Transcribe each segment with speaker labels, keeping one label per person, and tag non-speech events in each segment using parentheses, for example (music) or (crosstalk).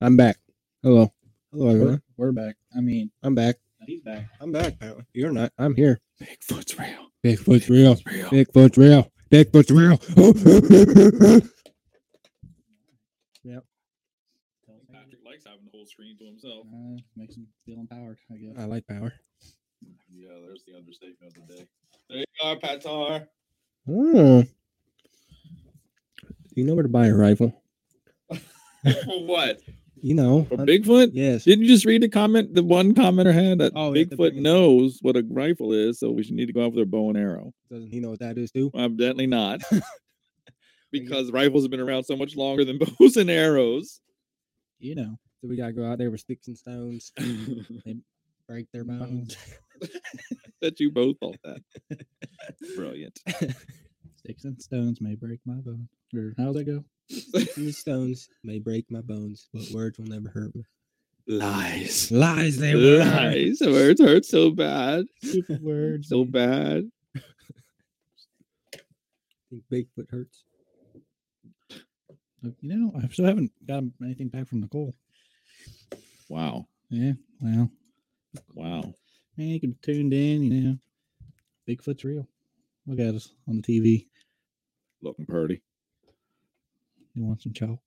Speaker 1: I'm back. Hello. Hello,
Speaker 2: Mm-hmm.
Speaker 1: everyone.
Speaker 3: We're back. I mean,
Speaker 1: I'm back.
Speaker 3: he's back.
Speaker 1: I'm back, Pat. You're not. I'm here.
Speaker 3: Bigfoot's real.
Speaker 1: Bigfoot's real.
Speaker 3: It's real.
Speaker 1: Bigfoot's real. Bigfoot's real.
Speaker 2: Patrick likes having the whole screen to himself.
Speaker 3: Uh, makes him feel empowered, I guess.
Speaker 1: (laughs) I like power.
Speaker 2: Yeah, there's the understatement of the day. There you are, Patar. (laughs)
Speaker 1: Oh. You know where to buy a rifle?
Speaker 2: what?
Speaker 1: You know.
Speaker 2: For
Speaker 1: uh,
Speaker 2: Bigfoot?
Speaker 1: (laughs) yes.
Speaker 2: Didn't you just read the comment the one commenter had that
Speaker 3: Oh, yeah, the
Speaker 2: Bigfoot
Speaker 3: big-
Speaker 2: knows what a rifle is, so we should need to go out with their bow and arrow?
Speaker 1: Doesn't he know what that is, too?
Speaker 2: Well, evidently (laughs) not. because rifles have been around so much longer than (laughs) bows and (laughs) arrows.
Speaker 3: You know,
Speaker 1: So we gotta go out there with sticks and stones,
Speaker 3: break their
Speaker 1: Mm.
Speaker 3: bones.
Speaker 2: that you both thought (laughs) that. Brilliant.
Speaker 3: Sticks and stones may break my bone. Or how's that go?
Speaker 1: sticks and stones may break my bones, but words will never hurt me.
Speaker 2: Lies.
Speaker 1: Lies they
Speaker 2: Lies. Words hurt so bad.
Speaker 3: Stupid
Speaker 2: (laughs)
Speaker 3: words.
Speaker 2: So bad.
Speaker 1: Think Bigfoot hurts.
Speaker 3: Look, You know, I still haven't got anything back from Nicole.
Speaker 2: Wow.
Speaker 3: Yeah, well,
Speaker 2: Wow.
Speaker 3: man, you can tuned in, you know. Bigfoot's real. Look at us on the TV.
Speaker 2: Looking pretty.
Speaker 3: You want some chow?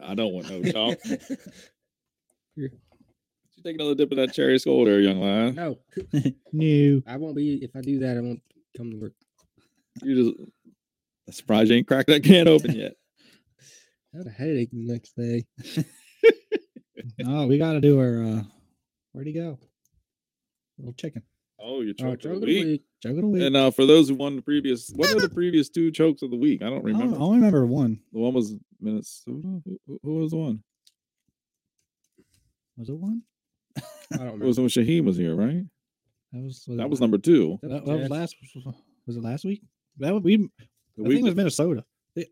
Speaker 2: I don't want no
Speaker 1: Oh.
Speaker 2: chalk. Did you take another dip of that cherry skull there, young
Speaker 1: (laughs)
Speaker 2: lad?
Speaker 1: No,
Speaker 2: (laughs)
Speaker 3: no.
Speaker 1: I won't be. If I do that, I won't come to work.
Speaker 2: You just I'm surprised you ain't cracked that can open yet.
Speaker 1: I had a headache the next day.
Speaker 3: Oh, we got to do our, uh, where'd he go? Little chicken.
Speaker 2: Oh, your
Speaker 1: Oh,
Speaker 2: choke
Speaker 1: joke
Speaker 2: of
Speaker 1: of
Speaker 2: the
Speaker 1: the
Speaker 2: week.
Speaker 1: week.
Speaker 3: Juggle the week.
Speaker 2: And uh, for those who won the previous, what were the previous two chokes of the week? I don't
Speaker 3: I don't-
Speaker 2: remember.
Speaker 3: I only remember one.
Speaker 2: The one was Minnesota. Who, who- who was the one?
Speaker 3: Was it one?
Speaker 1: I don't
Speaker 2: It was
Speaker 1: remember.
Speaker 2: when Shaheem was here, right?
Speaker 3: That was.
Speaker 2: That
Speaker 3: it
Speaker 2: was
Speaker 3: la-
Speaker 2: number two.
Speaker 3: That, that was
Speaker 1: Jeff.
Speaker 3: last. Was it last week? That would we.
Speaker 2: The
Speaker 3: I think
Speaker 2: week
Speaker 3: it was Minnesota. They-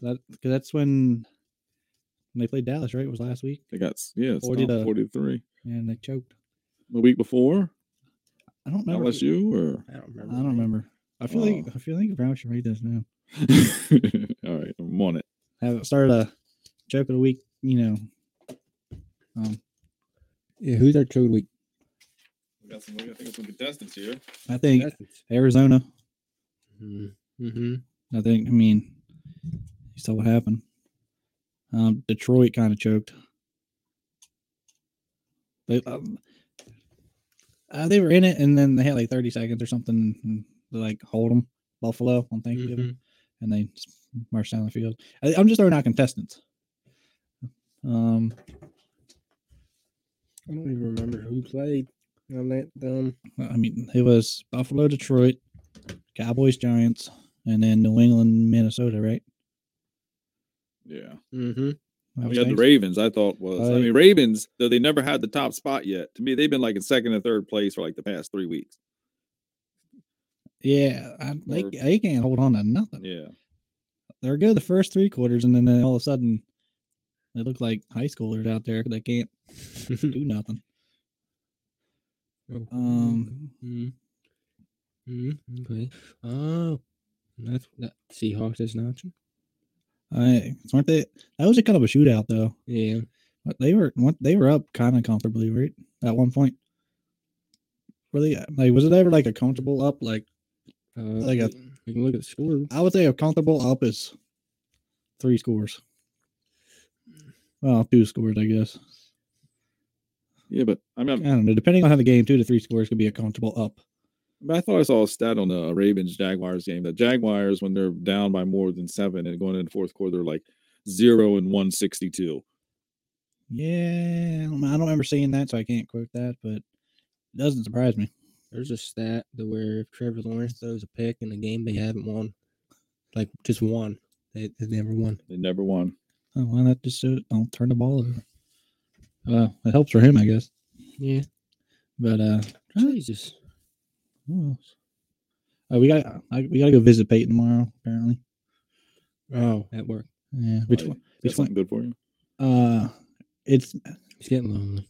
Speaker 3: That because that's when when they played Dallas, right? It was last week,
Speaker 2: they got yeah,
Speaker 3: 40
Speaker 2: 40
Speaker 3: to-
Speaker 2: 43.
Speaker 3: and they choked.
Speaker 2: The week before,
Speaker 3: I don't remember. if-
Speaker 2: LSU
Speaker 3: (laughs)
Speaker 2: or (laughs)
Speaker 1: I don't
Speaker 3: I
Speaker 1: remember.
Speaker 3: don't remember. I feel
Speaker 2: Oh.
Speaker 3: like I feel like Brown should read this now.
Speaker 2: all right, I'm on it.
Speaker 3: Have it start a joke of the week. You know, um,
Speaker 1: Yeah, who's our chode week?
Speaker 2: We got some, I think some contestants here.
Speaker 3: I think Arizona.
Speaker 1: Mm-hmm.
Speaker 3: I think. I mean, you saw what happened. Um, Detroit kind of choked. They, um, uh, they were in it, and then they had like 30 seconds or something and to like hold them. Buffalo on
Speaker 2: Mm-hmm.
Speaker 3: Thanksgiving,
Speaker 1: Mm-hmm.
Speaker 3: and they s- marched down the field. I, I'm just throwing out contestants. Um,
Speaker 1: I don't even remember who played. I'm that dumb.
Speaker 3: I mean, it was Buffalo, Detroit, Cowboys, Giants, and then New England, Minnesota, right?
Speaker 2: Yeah.
Speaker 1: Mm-hmm.
Speaker 3: That
Speaker 2: We
Speaker 3: was
Speaker 2: had the
Speaker 3: Thanks-
Speaker 2: Ravens, I thought was. I
Speaker 3: I-
Speaker 2: mean, Ravens, though they never had the top spot yet. To me, they've been like in second and third place for like the past three weeks.
Speaker 3: yeah, I, they,
Speaker 2: Or-
Speaker 3: they can't hold on to nothing.
Speaker 2: Yeah.
Speaker 3: they're good the first three quarters, and then uh, all of a sudden they look like high schoolers out there. They can't
Speaker 1: Hmm. Mm-hmm. (laughs)
Speaker 3: do nothing.
Speaker 1: Oh.
Speaker 3: Um,
Speaker 1: Mm-hmm. Okay. Oh, that's that Seahawks is an option.
Speaker 3: I weren't they? That was a kind of a shootout though.
Speaker 1: Yeah.
Speaker 3: But they were weren't- they were up kind of comfortably, right? At one point, really, like was it ever like a comfortable up? Like
Speaker 1: Uh,
Speaker 3: Like a-
Speaker 1: we- we can look at the score.
Speaker 3: I would say a comfortable up is three scores. Well, two scores, I guess.
Speaker 2: Yeah, but I
Speaker 3: I
Speaker 2: mean,
Speaker 3: don't know. Depending on how the game, two to three scores could be a comfortable up.
Speaker 2: but I thought I saw a stat on the uh, Ravens Jaguars game. The Jaguars, when they're down by more than seven and going into the fourth quarter, they're like zero and 162.
Speaker 3: Yeah, I don't know, I don't remember seeing that, so I can't quote that, but it doesn't surprise me.
Speaker 1: There's a stat to where if Trevor Lawrence throws a pick in a game they haven't won, like just one, they they never won.
Speaker 2: They never won.
Speaker 3: Oh, well, that just shows, don't turn the ball over. Well, it helps for him, I guess.
Speaker 1: Yeah.
Speaker 3: But uh,
Speaker 1: Jesus.
Speaker 3: who else? Oh, we got I, we got to go visit Peyton tomorrow. Apparently,
Speaker 1: Oh, at work.
Speaker 3: yeah. Which
Speaker 2: Like,
Speaker 3: one?
Speaker 2: Is
Speaker 3: Which
Speaker 2: that something good for you?
Speaker 3: Uh, it's
Speaker 1: He's getting lonely.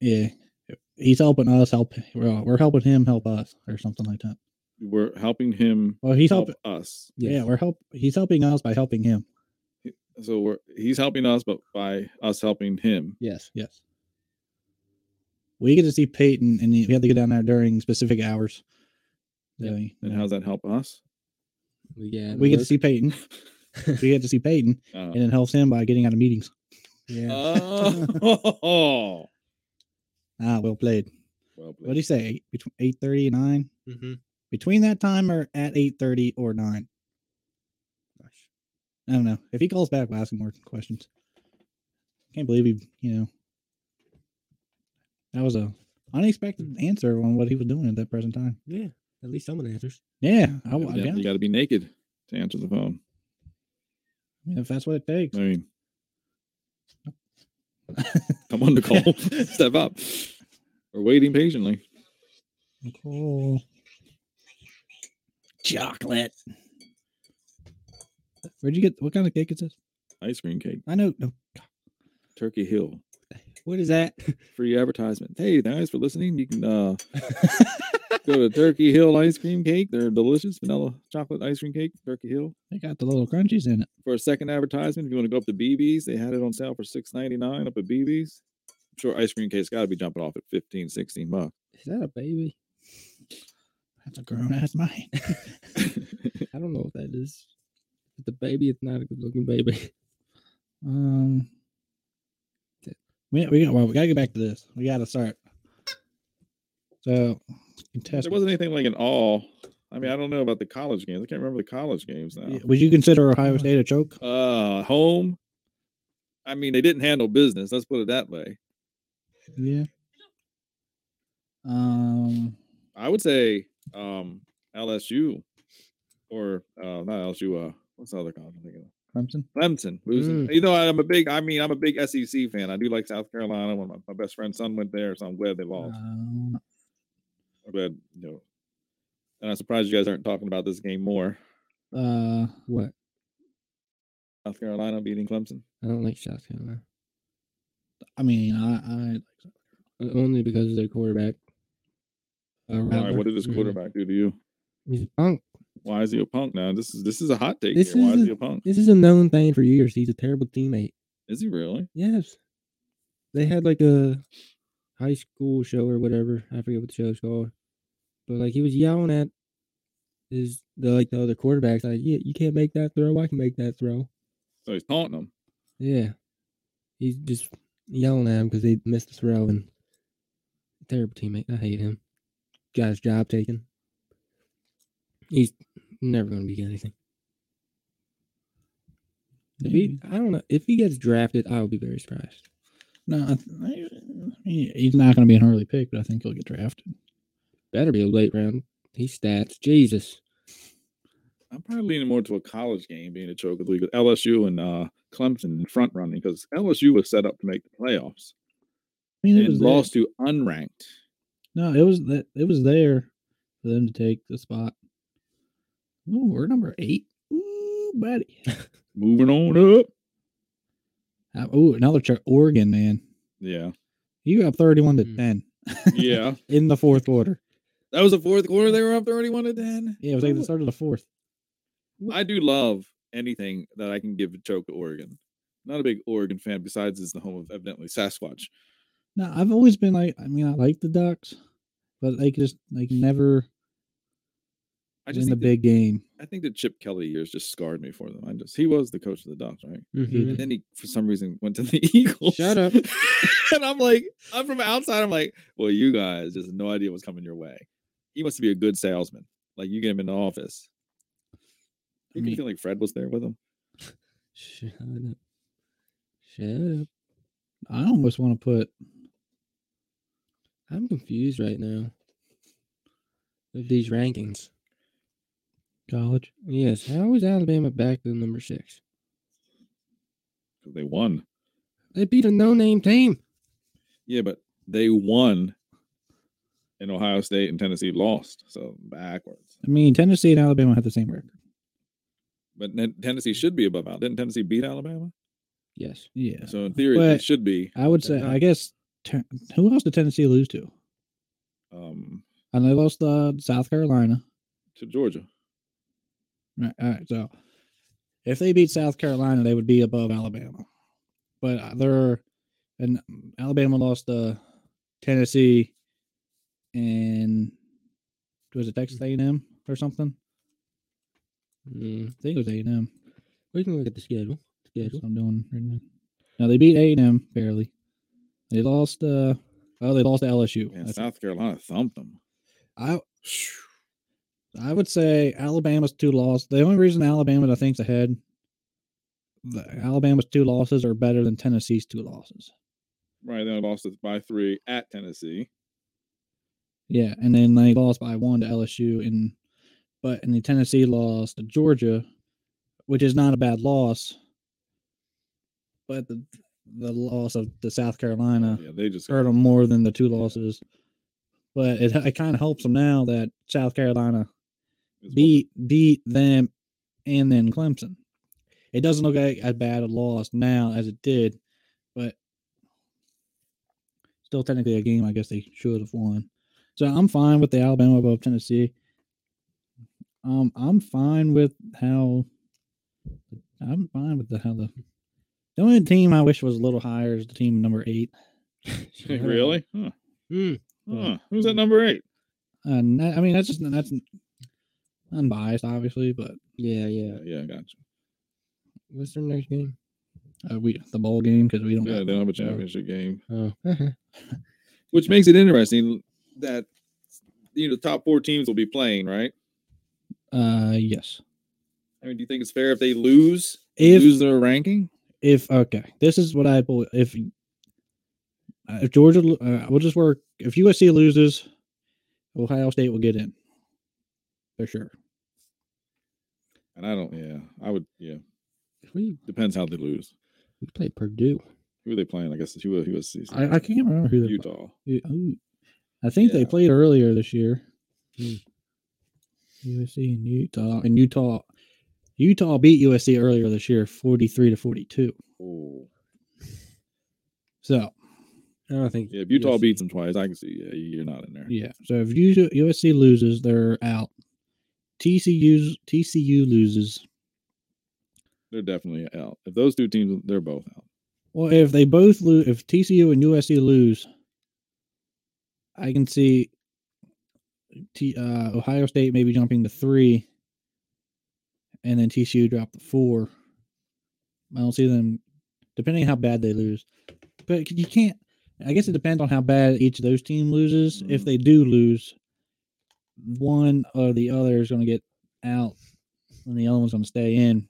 Speaker 3: yeah. He's helping us help. Well, we're helping him help us, or something like that.
Speaker 2: We're helping him
Speaker 3: Well, he's
Speaker 2: help
Speaker 3: helping.
Speaker 2: us.
Speaker 3: Yeah, we're help. He's helping us by helping him.
Speaker 2: So we're he's helping us, but by us helping him.
Speaker 1: Yes.
Speaker 3: Yes. We get to see Peyton, and we have to get down there during specific hours.
Speaker 1: Yep.
Speaker 3: Really,
Speaker 2: And
Speaker 3: you know.
Speaker 2: how's that help us?
Speaker 1: We get
Speaker 3: we get to see
Speaker 2: (laughs)
Speaker 3: Peyton. we get to see Peyton,
Speaker 2: Uh,
Speaker 3: and it helps him by getting out of meetings.
Speaker 1: Yeah.
Speaker 3: (laughs)
Speaker 2: oh,
Speaker 3: Ah, well played.
Speaker 2: (laughs) well,
Speaker 3: What do you say? Eight, between eight thirty and nine.
Speaker 1: mm-hmm.
Speaker 3: Between that time, or at eight thirty or nine. I don't know. If he calls back, we'll ask him more questions. Can't believe he, you know, that was a unexpected answer on what he was doing at that present time.
Speaker 1: Yeah. At least someone answers.
Speaker 3: Yeah, I, Oh, I,
Speaker 2: Evidently,
Speaker 3: guess.
Speaker 2: you got to be naked to answer the phone.
Speaker 3: I mean, if that's what it takes.
Speaker 2: I mean, come on, Nicole, (laughs) step up. We're waiting patiently.
Speaker 3: Nicole. Chocolate. Where'd you get? What kind of cake is this?
Speaker 2: Ice cream cake,
Speaker 3: I know. No.
Speaker 2: Turkey Hill,
Speaker 1: What is that?
Speaker 2: free advertisement. Hey, thanks for listening. You can uh, go to Turkey Hill Ice Cream Cake. They're delicious vanilla chocolate ice cream cake, Turkey Hill.
Speaker 3: They got the little crunchies in it.
Speaker 2: For a second advertisement, if you want to go up to BB's, they had it on sale for six ninety nine up at BB's. I'm sure ice cream cake's got to be jumping off at 15, 16 bucks.
Speaker 1: Is that a baby?
Speaker 3: That's a grown ass man.
Speaker 2: (laughs)
Speaker 1: I don't know what that is. But the baby is not a good looking baby. (laughs)
Speaker 3: Um, we we got well, we gotta get back to this. We gotta start. So,
Speaker 2: there
Speaker 3: contestant,
Speaker 2: wasn't anything like an all. I mean, I don't know about the college games. I can't remember the college games now.
Speaker 3: would you consider Ohio State a choke?
Speaker 2: Uh, home. I mean, they didn't handle business. Let's put it that way.
Speaker 3: Yeah. Um,
Speaker 2: I would say um, LSU or uh, not LSU. Uh, what's the other college? I'm thinking of?
Speaker 3: Clemson.
Speaker 2: Clemson losing. You know, I'm a big. I mean, I'm a big SEC fan. I do like South Carolina. One of my, my best friend's son went there, so I'm glad they lost.
Speaker 3: Um,
Speaker 2: I'm glad, you know. And I'm surprised you guys aren't talking about this game more.
Speaker 3: uh,
Speaker 1: What?
Speaker 2: South Carolina beating Clemson.
Speaker 1: I don't like South Carolina.
Speaker 3: I mean, I, I
Speaker 1: Uh, Only because of their quarterback. Uh,
Speaker 2: All right,
Speaker 1: Rattler.
Speaker 2: what did this
Speaker 1: Mhm.
Speaker 2: quarterback do to you?
Speaker 1: He's a punk.
Speaker 2: Why is he a punk now? This is this is a hot take
Speaker 1: This
Speaker 2: here. Why
Speaker 1: is
Speaker 2: is
Speaker 1: a-
Speaker 2: he a punk?
Speaker 1: This is a known thing for years. He's a terrible teammate.
Speaker 2: Is he really?
Speaker 1: Yes. They had like a high school show or whatever. I forget what the show's called. But like he was yelling at his the like the other quarterbacks, like, Yeah, you can't make that throw, I can make that throw.
Speaker 2: So he's taunting him.
Speaker 1: Yeah. He's just yelling at him because they missed the throw and terrible teammate. I hate him. Got his job taken. He's never gonna be anything. If he, I don't know. If he gets drafted, I will be very surprised.
Speaker 3: no, I, I mean, he's not going to be an early pick, but I think he'll get drafted.
Speaker 1: Better be a late round. He stats. Jesus.
Speaker 2: I'm probably leaning more to a college game being a choke of the league with LSU and uh, Clemson in front running because LSU was set up to make the playoffs
Speaker 3: I mean, it was
Speaker 2: and
Speaker 3: there.
Speaker 2: lost to unranked.
Speaker 3: No, it was that it was there for them to take the spot. Ooh, we're number eight. Ooh, buddy.
Speaker 2: Moving on up.
Speaker 3: Uh, ooh, another tr- Oregon man.
Speaker 2: Yeah.
Speaker 3: You got thirty-one to
Speaker 2: Mm-hmm.
Speaker 1: Mm.
Speaker 3: ten
Speaker 2: Yeah.
Speaker 3: (laughs) in the fourth quarter.
Speaker 2: that was the fourth quarter. They were up 31 to 10.
Speaker 3: Yeah, it was like the start of the fourth.
Speaker 2: I do love anything that I can give a choke to Oregon. Not a big Oregon fan, besides it's the home of evidently Sasquatch.
Speaker 3: No, I've always been like, I mean, I like the Ducks, but they just like never
Speaker 2: I
Speaker 3: win
Speaker 2: just
Speaker 3: the
Speaker 2: think that-
Speaker 3: big game.
Speaker 2: I think the Chip Kelly years just scarred me for them. I just he was the coach of the Ducks, right?
Speaker 3: Mm.
Speaker 2: And then he, for some reason, went to the (laughs) Eagles.
Speaker 1: Mm-hmm. (laughs) Shut up.
Speaker 2: and I'm like, I'm from outside. I'm like, well, you guys just no idea what's coming your way. He must be a good salesman. Like you get him in the office.
Speaker 3: I
Speaker 2: You can
Speaker 3: mean-
Speaker 2: feel like Fred was there with him.
Speaker 1: (laughs) Shut up. Shut up.
Speaker 3: I almost want to put
Speaker 1: I'm confused right now with these rankings.
Speaker 3: college.
Speaker 1: Yes. How is Alabama back to number six?
Speaker 2: 'Cause They won.
Speaker 1: They beat a no name team.
Speaker 2: Yeah, but they won. And Ohio State and Tennessee lost. So backwards.
Speaker 3: I mean, Tennessee and Alabama had the same record.
Speaker 2: But then Tennessee should be above Alabama. Didn't Tennessee beat Alabama?
Speaker 1: Yes.
Speaker 3: Yeah,
Speaker 2: So in theory,
Speaker 3: But-
Speaker 2: it should be.
Speaker 3: I would
Speaker 2: they're
Speaker 3: say.
Speaker 2: not.
Speaker 3: I guess Ten- who else did Tennessee lose to?
Speaker 2: Um,
Speaker 3: I know they lost uh, South Carolina.
Speaker 2: to Georgia.
Speaker 3: Right. All right. So If they beat South Carolina, they would be above Alabama. But uh, they're and Alabama lost uh, Tennessee and was it Texas A&M or something?
Speaker 1: Mm,
Speaker 3: I think it was A&M.
Speaker 1: we can look at the schedule.
Speaker 3: That's
Speaker 1: (laughs) Schedule.
Speaker 3: what I'm doing right now. Now they beat A&M barely. They lost. uh Oh, they lost to LSU.
Speaker 2: Man,
Speaker 3: That's-
Speaker 2: South Carolina thumped them.
Speaker 3: I I would say Alabama's two losses. The only reason Alabama I think's ahead, the Alabama's two losses are better than Tennessee's two losses.
Speaker 2: Right, then lost it by three at Tennessee.
Speaker 3: Yeah, and then they lost by one to LSU, and but and the Tennessee lost to Georgia, which is not a bad loss. But the the loss of the South Carolina
Speaker 2: Yeah, they just
Speaker 3: hurt
Speaker 2: (laughs)
Speaker 3: them more than the two losses. But it, it kind of helps them now that South Carolina
Speaker 2: (laughs) it's-
Speaker 3: beat beat them and then Clemson. It doesn't look like as bad a loss now as it did, but still technically a game I guess they should have won. So I'm fine with the Alabama above Tennessee. Um, I'm fine with how I'm fine with the how the the only team I wish was a little higher is the team number eight. (laughs)
Speaker 2: really? Huh.
Speaker 1: Mm,
Speaker 2: Huh. Who's at number eight?
Speaker 3: And that- I mean that's just that's unbiased, obviously, but
Speaker 1: yeah, yeah.
Speaker 2: Yeah, yeah, gotcha.
Speaker 1: What's their next game?
Speaker 3: uh, we the bowl game because we don't.
Speaker 2: Yeah,
Speaker 3: got-
Speaker 2: they don't have a championship game,
Speaker 1: Oh,
Speaker 2: which makes it interesting that you know top four teams will be playing, right?
Speaker 3: Uh, yes.
Speaker 2: I mean, do you think it's fair if they lose
Speaker 3: If
Speaker 2: lose their ranking?
Speaker 3: if okay, this is what I believe. If uh, if Georgia, lo- uh, we'll just work. If USC loses, Ohio State will get in for sure.
Speaker 2: And I don't. Yeah, I would. Yeah,
Speaker 1: we
Speaker 2: depends how they lose.
Speaker 1: we play Purdue.
Speaker 2: Who are they playing? I guess it's who who is
Speaker 3: I, I can't remember who they Utah.
Speaker 2: Utah.
Speaker 3: I think they
Speaker 2: Yeah.
Speaker 3: played earlier this year.
Speaker 1: Hmm.
Speaker 3: USC and Utah and Utah. Utah beat USC earlier this year, forty-three to forty-two.
Speaker 2: Oh,
Speaker 3: So
Speaker 1: I don't think.
Speaker 2: yeah. If Utah
Speaker 1: USC
Speaker 2: beats them twice, I can see. Yeah, you're not in there.
Speaker 3: Yeah. So if U- USC loses, they're out. TCU's TCU loses.
Speaker 2: They're definitely out. If those two teams, they're both out.
Speaker 3: Well, if they both lose, if TCU and USC lose, I can see T, uh, Ohio State maybe jumping to three, and then TCU drop to four. I don't see them, depending on how bad they lose. But you can't. I guess it depends on how bad each of those team loses. If
Speaker 2: Mhm.
Speaker 3: they do lose, one or the other is going to get out, and the other one's going to stay in.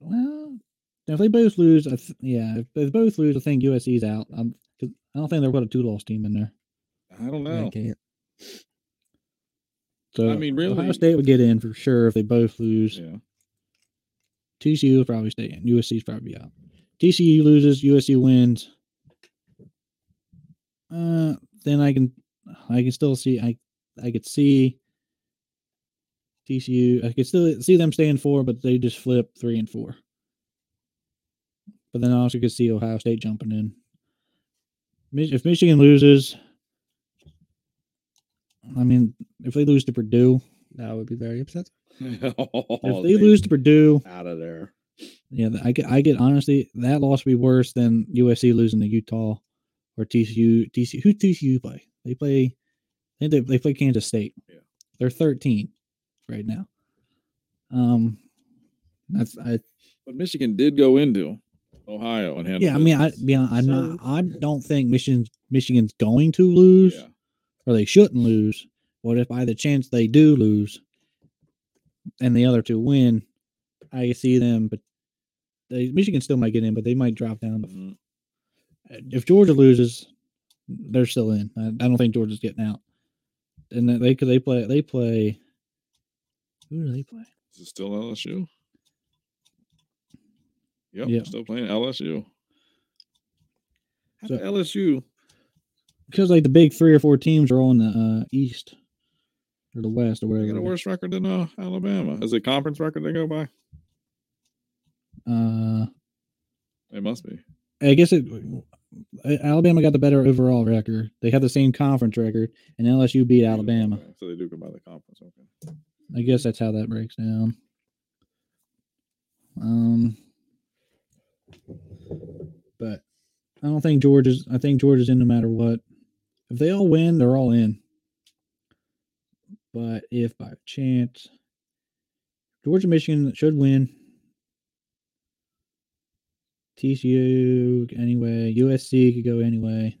Speaker 3: Well, now, if they both lose, I th- yeah, if they both lose, I think USC's out. I'm, 'cause I don't think they've got a two-loss team in there.
Speaker 2: I don't
Speaker 1: I
Speaker 2: know.
Speaker 1: can't.
Speaker 3: So
Speaker 2: I mean,
Speaker 3: Ohio
Speaker 2: really-
Speaker 3: State would get in for sure if they both lose.
Speaker 2: Yeah.
Speaker 3: TCU will probably stay in. USC's probably out. TCU loses, USC wins. Uh, then I can, I can still see, I, I could see TCU. I could still see them staying four, but they just flip three and four. But then I also could see Ohio State jumping in. Mich- If Michigan loses, I mean, if they lose to Purdue,
Speaker 1: That would be very upset.
Speaker 2: (laughs) Oh,
Speaker 3: if they lose to Purdue,
Speaker 2: out of there,
Speaker 3: Yeah, th- I get, I get honestly that loss would be worse than USC losing to Utah or TCU. TCU who TCU play? They play, I think they, they play Kansas State.
Speaker 2: Yeah.
Speaker 3: They're thirteen right now. Um, that's I
Speaker 2: but Michigan did go into Ohio and handle.
Speaker 3: yeah. I mean, I
Speaker 2: business.
Speaker 3: be hon- I'm
Speaker 1: So-
Speaker 3: not, I don't think Michigan's Michigan's going to lose
Speaker 2: Yeah.
Speaker 3: or they shouldn't lose. What if by the chance they do lose and the other two win? I see them, but they, Michigan still might get in, but they might drop down to
Speaker 2: Mhm.
Speaker 3: if Georgia loses, they're still in. I, I don't think Georgia's getting out. And then they they play they play. Who do they play?
Speaker 2: Is it still LSU? Yep,
Speaker 3: Yeah.
Speaker 2: still playing LSU. How
Speaker 3: So-
Speaker 2: did LSU?
Speaker 3: Because like the big three or four teams are all in the uh, East or the West or
Speaker 2: They got a
Speaker 3: whatever.
Speaker 2: worse record than uh, Alabama. Is it conference record they go by?
Speaker 3: Uh,
Speaker 2: It must be.
Speaker 3: I guess it. A- Alabama got the better overall record. They have the same conference record, and LSU beat Alabama.
Speaker 2: So they do go by the conference. Okay.
Speaker 3: I guess that's how that breaks down. Um, but I don't think George is. I think George is in no matter what. If they all win, they're all in. But if by chance Georgia Michigan should win, TCU anyway, USC could go anyway.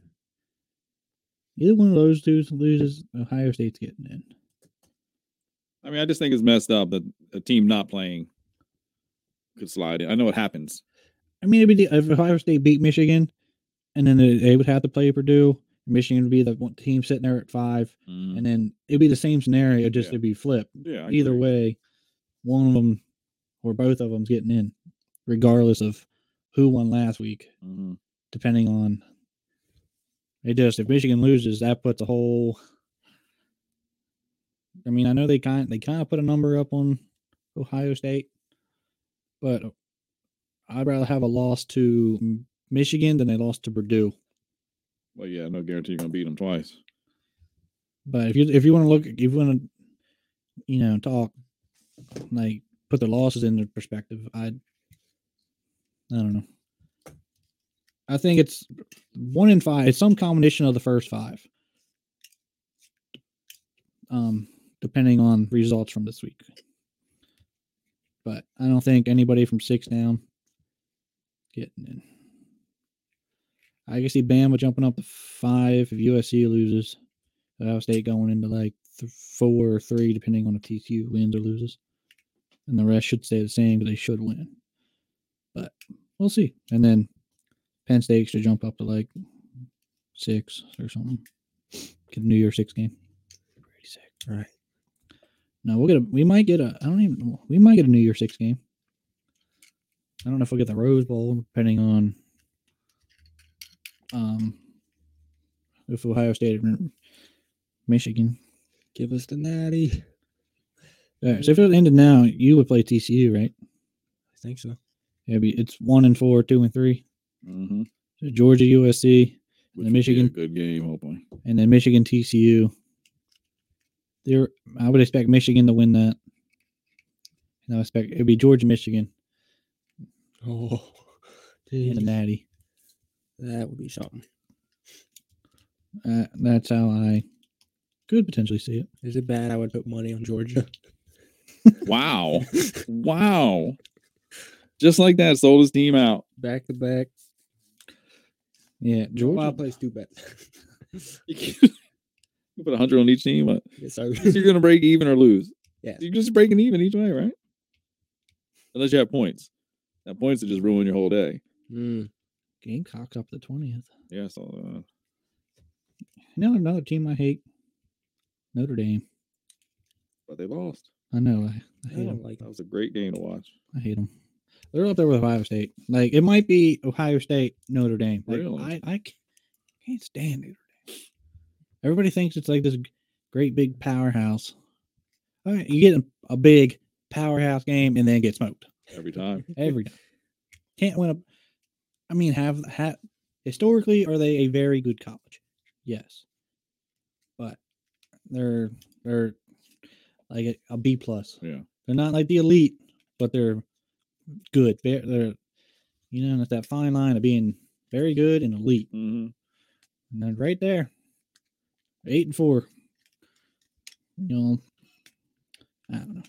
Speaker 3: Either one of those two loses, Ohio State's getting in.
Speaker 2: I mean, I just think it's messed up that a team not playing could slide in. I know it happens.
Speaker 3: I mean, it'd be the, if Ohio State beat Michigan, and then they, they would have to play Purdue. Michigan would be the one team sitting there at five, and then it'd be the same scenario, just
Speaker 2: Mm-hmm. Yeah.
Speaker 3: it'd be flipped.
Speaker 2: yeah, I
Speaker 3: Either
Speaker 2: agree.
Speaker 3: way, one of them or both of them's getting in, regardless of who won last week.
Speaker 2: Mhm.
Speaker 3: Depending on it, just if Michigan loses, that puts a whole. I mean, I know they kind they kind of put a number up on Ohio State, but I'd rather have a loss to M- Michigan than they lost to Purdue.
Speaker 2: Well, yeah, no guarantee you're gonna beat them twice.
Speaker 3: But if you if you want to look, if you want to, you know, talk like put their losses into perspective, I, I don't know. I think it's one in five. It's some combination of the first five, um, depending on results from this week. But I don't think anybody from six down getting in. I can see Bama jumping up to five if USC loses. Ohio State going into like th- four or three, depending on if TCU wins or loses, and the rest should stay the same. But they should win, but we'll see. And then Penn State should jump up to like six or something. Get a New Year's Six game. Pretty sick.
Speaker 1: Right.
Speaker 3: No, we'll get a. We might get a. I don't even. know. We might get a New Year's Six game. I don't know if we'll get the Rose Bowl, depending on um if Ohio State and Michigan.
Speaker 1: Give us the natty.
Speaker 3: All right, so if it ended now, you would play TCU, right?
Speaker 1: I think so.
Speaker 3: It'd be, it's one and four, two and three.
Speaker 2: Mm-hmm.
Speaker 3: So Georgia, USC, And
Speaker 2: Which would be a
Speaker 3: Michigan-
Speaker 2: good game, hopefully.
Speaker 3: and then Michigan, TCU. There, I would expect Michigan to win that. And I would expect it'd be Georgia, Michigan,
Speaker 1: Oh,
Speaker 3: and
Speaker 1: (laughs)
Speaker 3: the
Speaker 1: dude,
Speaker 3: Natty.
Speaker 1: that would be something.
Speaker 3: Uh, that's how I could potentially see it.
Speaker 1: Is it bad? I would put money on Georgia.
Speaker 2: Wow, wow! Just like that, sold his team out. (laughs)
Speaker 1: Back to back.
Speaker 3: Yeah,
Speaker 1: Wild
Speaker 3: Georgia.
Speaker 1: plays two bets.
Speaker 2: You can't- you put hundred on each
Speaker 1: (laughs)
Speaker 2: team. What?
Speaker 1: (laughs) Yes, sir.
Speaker 2: You're gonna break even or lose.
Speaker 1: Yeah.
Speaker 2: You're just breaking even each way, right? Unless you have points. Now points would just ruin your whole day.
Speaker 1: Mm,
Speaker 3: Gamecock up the twentieth.
Speaker 2: Yeah, so uh,
Speaker 3: You know another team I hate. Notre Dame.
Speaker 2: but they lost.
Speaker 3: I know. I, I
Speaker 1: I
Speaker 3: hate them.
Speaker 1: don't like
Speaker 2: That was a great game to watch.
Speaker 3: I hate them. They're up there with Ohio State. Like it might be Ohio State, Notre Dame. Like,
Speaker 2: Really?
Speaker 3: I, I c- can't stand Notre Dame. Everybody thinks it's like this g- great big powerhouse. All right, you get a, a big powerhouse game and then get smoked
Speaker 1: (laughs)
Speaker 2: Every time.
Speaker 3: every time. Can't win a. I mean, have ha historically are they a very good college? Yes, but they're they're like a, a B plus.
Speaker 2: Yeah.
Speaker 3: they're not like the elite, but they're good. They're, they're you know, and it's that fine line of being very good and elite.
Speaker 2: Mm-hmm.
Speaker 3: And then right there, eight and four. You know, I don't know.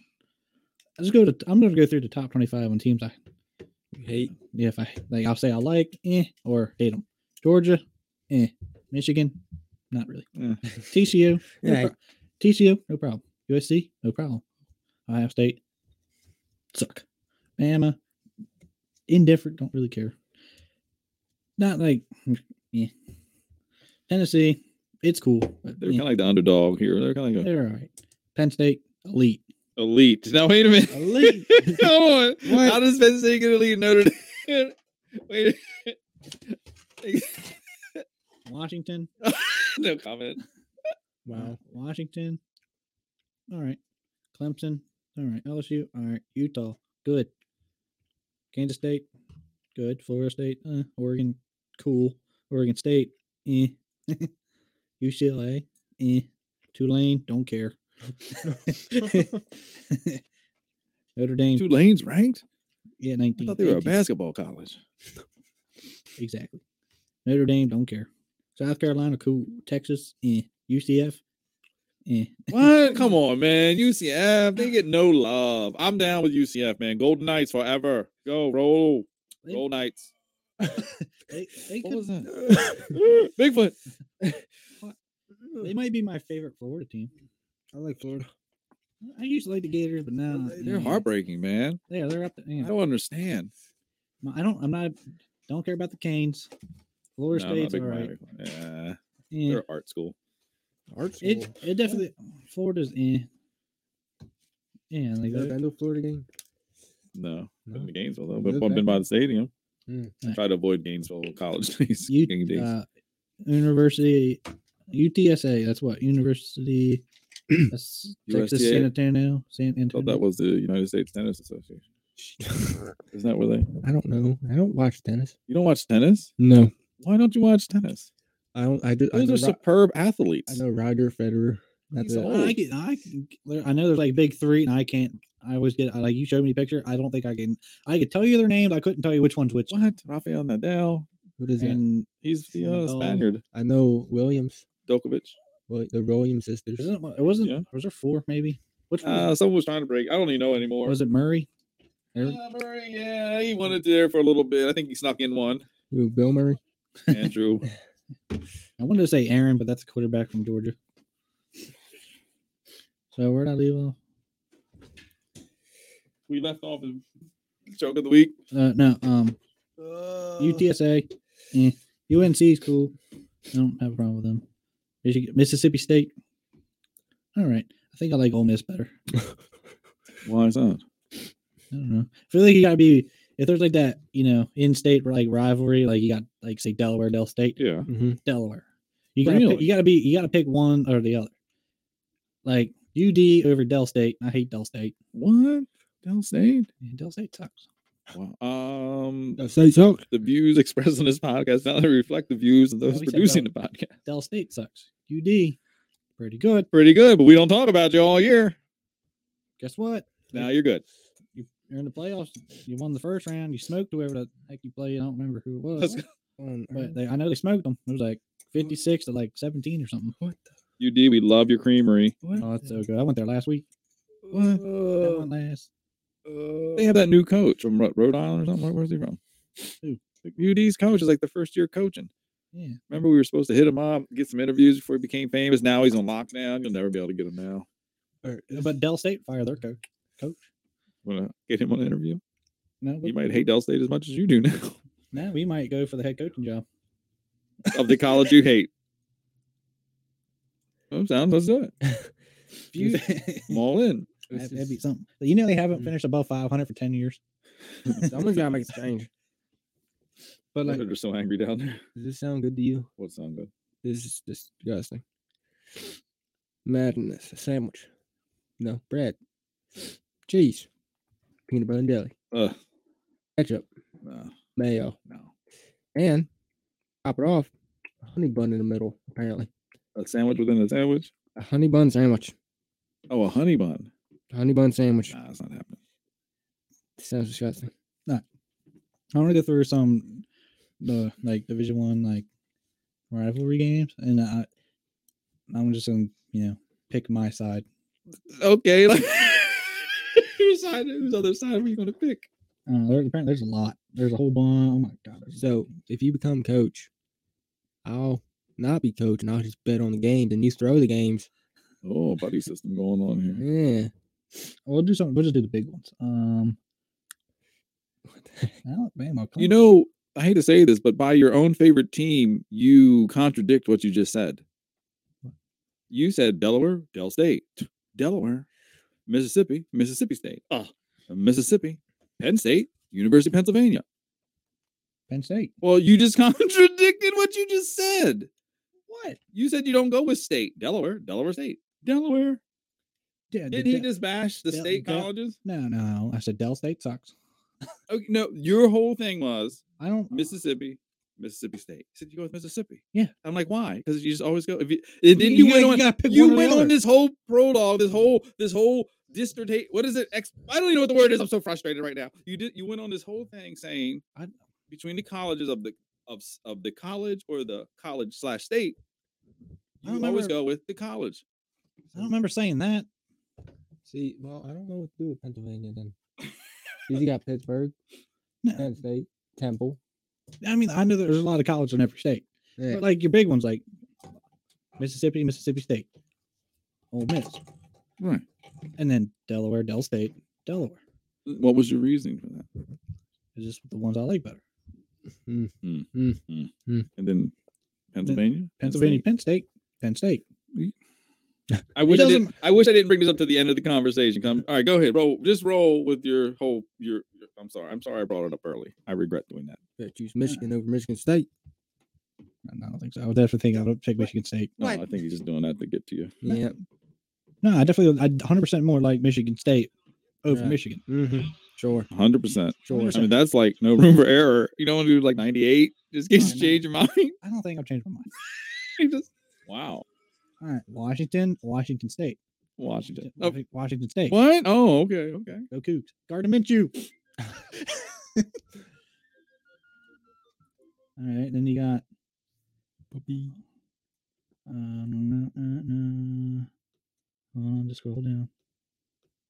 Speaker 3: Let's go to. I'm going to go through the top 25 on teams I
Speaker 1: it. hate.
Speaker 3: yeah, if I like, I'll say I like, eh, or hate them. Georgia, eh. Michigan, not really.
Speaker 2: Yeah.
Speaker 3: TCU, no
Speaker 1: (laughs) (laughs) Yeah.
Speaker 3: pro- TCU, no problem. USC, no problem. Ohio State, suck. Bama, indifferent, don't really care. Not like, (laughs) yeah. Tennessee, it's cool.
Speaker 1: Mm.
Speaker 3: But
Speaker 2: They're
Speaker 3: eh,
Speaker 2: kind of like the underdog here. They're kind of like
Speaker 3: they're all right. Penn State, elite.
Speaker 2: a elite. Now wait a minute.
Speaker 1: (laughs)
Speaker 2: (laughs)
Speaker 1: Elite.
Speaker 2: Come on.
Speaker 1: What?
Speaker 2: How does Penn State get elite in Notre Dame? (laughs) wait.
Speaker 3: Washington,
Speaker 2: no comment.
Speaker 1: Wow.
Speaker 3: Washington. All right. Clemson. All right. LSU. All right. Utah. Good. Kansas State. Good. Florida State. Uh, Oregon. Cool. Oregon (laughs) State. Eh. UCLA. Eh. Tulane. Don't care. (laughs) Notre
Speaker 1: Mm.
Speaker 3: Dame,
Speaker 2: Tulane's ranked.
Speaker 3: yeah,
Speaker 2: I
Speaker 3: nineteen.
Speaker 2: thought they were a
Speaker 3: 18.
Speaker 2: basketball college.
Speaker 3: Exactly. Notre Dame, don't care. South Carolina, cool. Texas, eh. UCF, eh.
Speaker 2: What? Come
Speaker 1: (laughs)
Speaker 2: on, man. UCF, they get no love. I'm down with UCF, man. Golden Knights forever. Go roll,
Speaker 3: They-
Speaker 2: roll
Speaker 1: (laughs)
Speaker 2: Knights.
Speaker 3: They, they,
Speaker 2: What
Speaker 3: could-
Speaker 2: was that? Bigfoot.
Speaker 3: they might be my favorite Florida team.
Speaker 1: I like Florida.
Speaker 3: I used to like the Gators, but now
Speaker 2: They're heartbreaking, man.
Speaker 3: Yeah, they're up there.
Speaker 2: I
Speaker 3: Yeah.
Speaker 2: don't understand.
Speaker 3: No, I don't. I'm not. Don't care about the Canes. Florida
Speaker 2: No, I'm not a
Speaker 3: State's
Speaker 2: big
Speaker 3: all right.
Speaker 2: fan of Bigfoot. Yeah,
Speaker 3: Eh.
Speaker 2: they're art school.
Speaker 1: Art school.
Speaker 3: It it definitely Florida's eh. Yeah, like uh,
Speaker 1: you ever
Speaker 3: that.
Speaker 1: been to a Florida game?
Speaker 2: No, been
Speaker 1: No.
Speaker 2: to Gainesville though,
Speaker 1: Good
Speaker 2: but I've been
Speaker 1: back.
Speaker 2: by the stadium.
Speaker 1: Mm.
Speaker 2: I try to avoid Gainesville college (laughs) days. game
Speaker 3: U,
Speaker 2: days.
Speaker 3: uh, University UTSA. That's what University (clears throat) that's Texas
Speaker 2: USTA.
Speaker 3: San Antonio. San
Speaker 2: I thought that
Speaker 3: Antonio.
Speaker 2: was the United States Tennis Association. Isn't that where they?
Speaker 1: (laughs) I don't know. I don't watch tennis.
Speaker 2: You don't watch tennis?
Speaker 1: No,
Speaker 2: Why don't you watch tennis?
Speaker 1: I don't. I do. I
Speaker 2: Those
Speaker 1: know, Ro-
Speaker 2: are superb
Speaker 1: I
Speaker 2: athets.
Speaker 1: know Roger Federer. That's
Speaker 2: He's
Speaker 1: it.
Speaker 2: old.
Speaker 3: I can, I can, there- I know there's like big three, and I can't. I always get I, like you showed me a picture. I don't think I can. I could tell you their names. I couldn't tell you which one's which.
Speaker 2: What? Rafael Nadal.
Speaker 1: What is that?
Speaker 3: And
Speaker 2: He's the uh,
Speaker 3: Nadal.
Speaker 2: Spaniard.
Speaker 1: I know Williams.
Speaker 2: Dokovic.
Speaker 1: Well, the Williams sisters.
Speaker 3: isn't it wasn't
Speaker 2: Yeah.
Speaker 3: was there four maybe? Which one
Speaker 2: Uh, someone was trying to break. I don't even know anymore.
Speaker 3: was it? Murray. There-
Speaker 2: Uh, Murray, yeah, he wanted there for a little bit. I think he snuck in one.
Speaker 1: Who, Bill Murray.
Speaker 2: Andrew.
Speaker 3: (laughs) I wanted to say Aaron, but that's a quarterback from Georgia. So where'd I leave off?
Speaker 2: we left off in joke of the week. Uh,
Speaker 3: Uh, no, um, UTSA, eh. UNC is cool. I don't have a problem with them. Michigan, Mississippi State. All right, I think I like Ole Miss better.
Speaker 2: Why is that?
Speaker 3: I don't know. I feel like you gotta be if there's like that, you know, in-state like rivalry, like you got like say Delaware, Dell State,
Speaker 2: Yeah.
Speaker 1: Mm-hmm.
Speaker 3: Delaware. You gotta pick,
Speaker 2: Really?
Speaker 3: you gotta be you gotta pick one or the other. Like UD over Dell State. I hate Dell State.
Speaker 2: What? Dell State?
Speaker 3: Yeah, Dell State sucks.
Speaker 2: Wow. Um,
Speaker 1: Say so.
Speaker 2: the views (laughs) expressed on this podcast not only reflect the views of
Speaker 3: Well,
Speaker 2: those
Speaker 3: we said
Speaker 2: producing the podcast.
Speaker 3: Dell State sucks. UD, pretty good.
Speaker 2: Pretty good, but we don't talk about you all year.
Speaker 3: Guess what?
Speaker 2: Now you're good.
Speaker 3: You're in the playoffs. You won the first round. You smoked whoever the heck you played. I don't remember who it was.
Speaker 2: Let's go.
Speaker 3: But they, I know they smoked them. It was like 56 to like 17 or something.
Speaker 1: What
Speaker 2: UD, we love your creamery.
Speaker 3: Oh, that's so good. I went there last week.
Speaker 2: What?
Speaker 3: I
Speaker 1: Oh. uh,
Speaker 3: went last.
Speaker 1: (laughs)
Speaker 2: They have that new coach from Ro- Rhode Island or something. Where, where's he from?
Speaker 3: Who?
Speaker 2: Like, UD's coach is like the first year coaching.
Speaker 3: Yeah.
Speaker 2: Remember, we were supposed to hit him up, get some interviews before he became famous. Now he's on lockdown. You'll never be able to get him now.
Speaker 3: But Dell State fired their coach. Coach.
Speaker 2: Want to get him on an interview?
Speaker 3: No,
Speaker 2: You
Speaker 3: but,
Speaker 2: might hate Dell State as much as you do now (laughs)
Speaker 3: no, we might go for the head coaching job.
Speaker 2: of the college you hate. Oh, sounds. Let's do it.
Speaker 1: (laughs)
Speaker 3: You-
Speaker 2: I'm all in.
Speaker 3: That- that'd be something. But you know they haven't finished above 500 for 10 years.
Speaker 1: (laughs) Someone's gotta make a change. But
Speaker 2: (laughs)
Speaker 1: like,
Speaker 2: Like, they're so angry down there.
Speaker 1: does this sound good to you?
Speaker 2: What sound good?
Speaker 1: This is disgusting. Madness. A sandwich. No bread. Cheese. Peanut butter and jelly.
Speaker 2: Ugh.
Speaker 1: Ketchup.
Speaker 2: No,
Speaker 1: Mayo.
Speaker 2: no.
Speaker 1: And top it off, a honey bun in the middle. Apparently,
Speaker 2: A sandwich within a sandwich.
Speaker 1: a honey bun sandwich.
Speaker 2: Oh, a honey bun.
Speaker 1: A honey bun sandwich.
Speaker 2: Nah, that's not happening.
Speaker 1: Sounds disgusting.
Speaker 3: I want to go through some the like Division One like rivalry games, and I I'm just gonna you know pick my side.
Speaker 2: Okay, like (laughs) whose side? Whose other side were you gonna pick?
Speaker 3: Uh, there, apparently, there's a lot. There's a whole bunch. Oh my god. there's-
Speaker 1: So if you become coach, I'll not be coach and I'll just bet on the games and you throw the games.
Speaker 2: Oh, buddy system going on here.
Speaker 1: Yeah.
Speaker 3: we'll do something. We'll just do the big ones. Um, Alabama.
Speaker 2: You know, I hate to say this, but by your own favorite team, you contradict what you just said. You said Delaware, Dell State, Delaware, Mississippi, Mississippi State, uh, Mississippi, Penn State, University of Pennsylvania.
Speaker 3: Penn State.
Speaker 2: Well, you just (laughs) contradicted what you just said.
Speaker 3: What?
Speaker 2: You said you don't go with state, Delaware, Delaware State, Delaware.
Speaker 3: Yeah.
Speaker 2: Did
Speaker 3: the
Speaker 2: he
Speaker 3: Del-
Speaker 2: just bash the
Speaker 3: Del-
Speaker 2: state
Speaker 3: Del-
Speaker 2: colleges?
Speaker 3: No, no. I said Dell State sucks.
Speaker 2: Okay, no, your whole thing was
Speaker 3: I don't.
Speaker 2: Mississippi, Mississippi State. He said, "You go with Mississippi."
Speaker 3: Yeah.
Speaker 2: I'm like, "Why?" Because you just always go. If you, and then you,
Speaker 3: you gotta-
Speaker 2: went on.
Speaker 3: you
Speaker 2: You,
Speaker 3: gotta pick one or the
Speaker 2: went
Speaker 3: other.
Speaker 2: on this whole prologue, this whole this whole dissertate. What is it? Ex, I don't even know what the word is. I'm so frustrated right now. You did. You went on this whole thing saying
Speaker 3: I-
Speaker 2: between the colleges of the of s- of the college or the college slash state.
Speaker 3: I don't
Speaker 2: You always
Speaker 3: remember-
Speaker 2: go with the college.
Speaker 3: I don't remember saying that.
Speaker 1: See, well, I don't know what to do with Pennsylvania (laughs) then. 'Cause you got Pittsburgh,
Speaker 3: No.
Speaker 1: Penn State, Temple.
Speaker 3: I mean, I know there's a lot of colleges in every state,
Speaker 1: Yeah.
Speaker 3: but like your big ones, like Mississippi, Mississippi State, Ole Miss,
Speaker 2: Right.
Speaker 3: and then Delaware, Dell State, Delaware.
Speaker 2: What was your reasoning for that?
Speaker 3: It's just the ones I like better.
Speaker 2: And then Pennsylvania.
Speaker 3: Pennsylvania, Penn State, Penn State.
Speaker 2: I wish I
Speaker 3: doesn't-
Speaker 2: didn't. I wish I didn't bring this up to the end of the conversation. Come, all right, go ahead, roll. Just roll with your whole. Your, your- I'm sorry. I'm sorry. I brought it up early. I regret doing that.
Speaker 1: Better choose Michigan over Michigan State.
Speaker 3: No, I don't think so. I would definitely think I would pick Michigan State.
Speaker 2: No,
Speaker 1: What?
Speaker 2: I think he's just doing that to get to you.
Speaker 1: Yeah.
Speaker 3: No, I definitely, I 100% more like Michigan State over
Speaker 1: Yeah.
Speaker 3: Michigan.
Speaker 1: Mm-hmm. Sure.
Speaker 2: 100. percent
Speaker 1: Sure.
Speaker 2: I mean, that's like no room for error. You don't want to do like 98. Just in case
Speaker 3: Fine,
Speaker 2: you change your mind. (laughs)
Speaker 3: I don't think I've changed my mind.
Speaker 2: You just wow,
Speaker 3: All right, Washington, Washington State,
Speaker 2: Washington. Oh,
Speaker 3: Washington, Washington State.
Speaker 2: what? Oh, okay, okay.
Speaker 3: Go Cougs. Gardner Minshew. All right, then you got. Um, uh, uh, uh, hold on, just scroll down.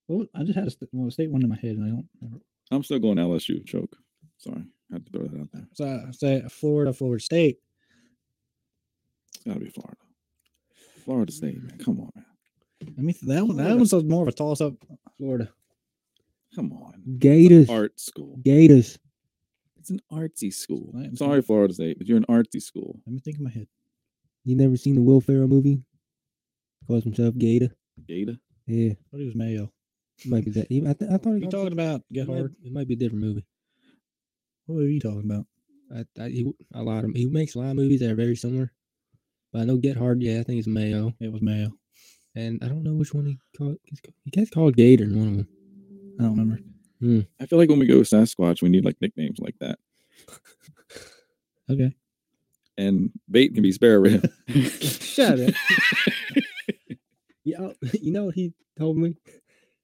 Speaker 3: Oh, I just had a st- well, a state one in my head, and I don't. Remember.
Speaker 2: I'm still going LSU. Choke. Sorry, I had to throw that out there.
Speaker 3: So I say Florida, Florida State.
Speaker 2: It's gotta be Florida. Florida State, man. Come on, man.
Speaker 3: I mean, that one, that
Speaker 1: Florida.
Speaker 3: one's a- more of a toss up.
Speaker 1: Florida.
Speaker 2: Come on.
Speaker 1: Gators.
Speaker 2: Art school.
Speaker 1: Gators.
Speaker 2: It's an artsy school.
Speaker 3: Right, it's
Speaker 2: Sorry,
Speaker 3: not-
Speaker 2: Florida State, but you're an artsy school.
Speaker 3: Let me think in my head.
Speaker 1: You never seen the Will Ferrell movie? Calls himself Gator.
Speaker 2: Gator.
Speaker 1: Yeah,
Speaker 3: I thought he was Mayo.
Speaker 1: might be that. he- I, th- I thought he
Speaker 3: You
Speaker 1: calls
Speaker 3: talking about get
Speaker 1: himself- it,
Speaker 3: hard?
Speaker 1: might, it might be a different movie.
Speaker 3: What were you talking about?
Speaker 1: I, I, he, I lied. to him. He makes a lot of movies that are very similar. But I know Get Hard. Yeah, I think it's Mayo,
Speaker 3: It was Mayo.
Speaker 1: and I don't know which one he called. he's ca- He gets called Gator in one of them.
Speaker 3: I don't remember.
Speaker 2: I feel like when we go Sasquatch, we need like nicknames like that.
Speaker 3: Okay.
Speaker 2: And bait can be spare rib.
Speaker 1: Shut up. (laughs) yeah, (laughs) you know what he told me?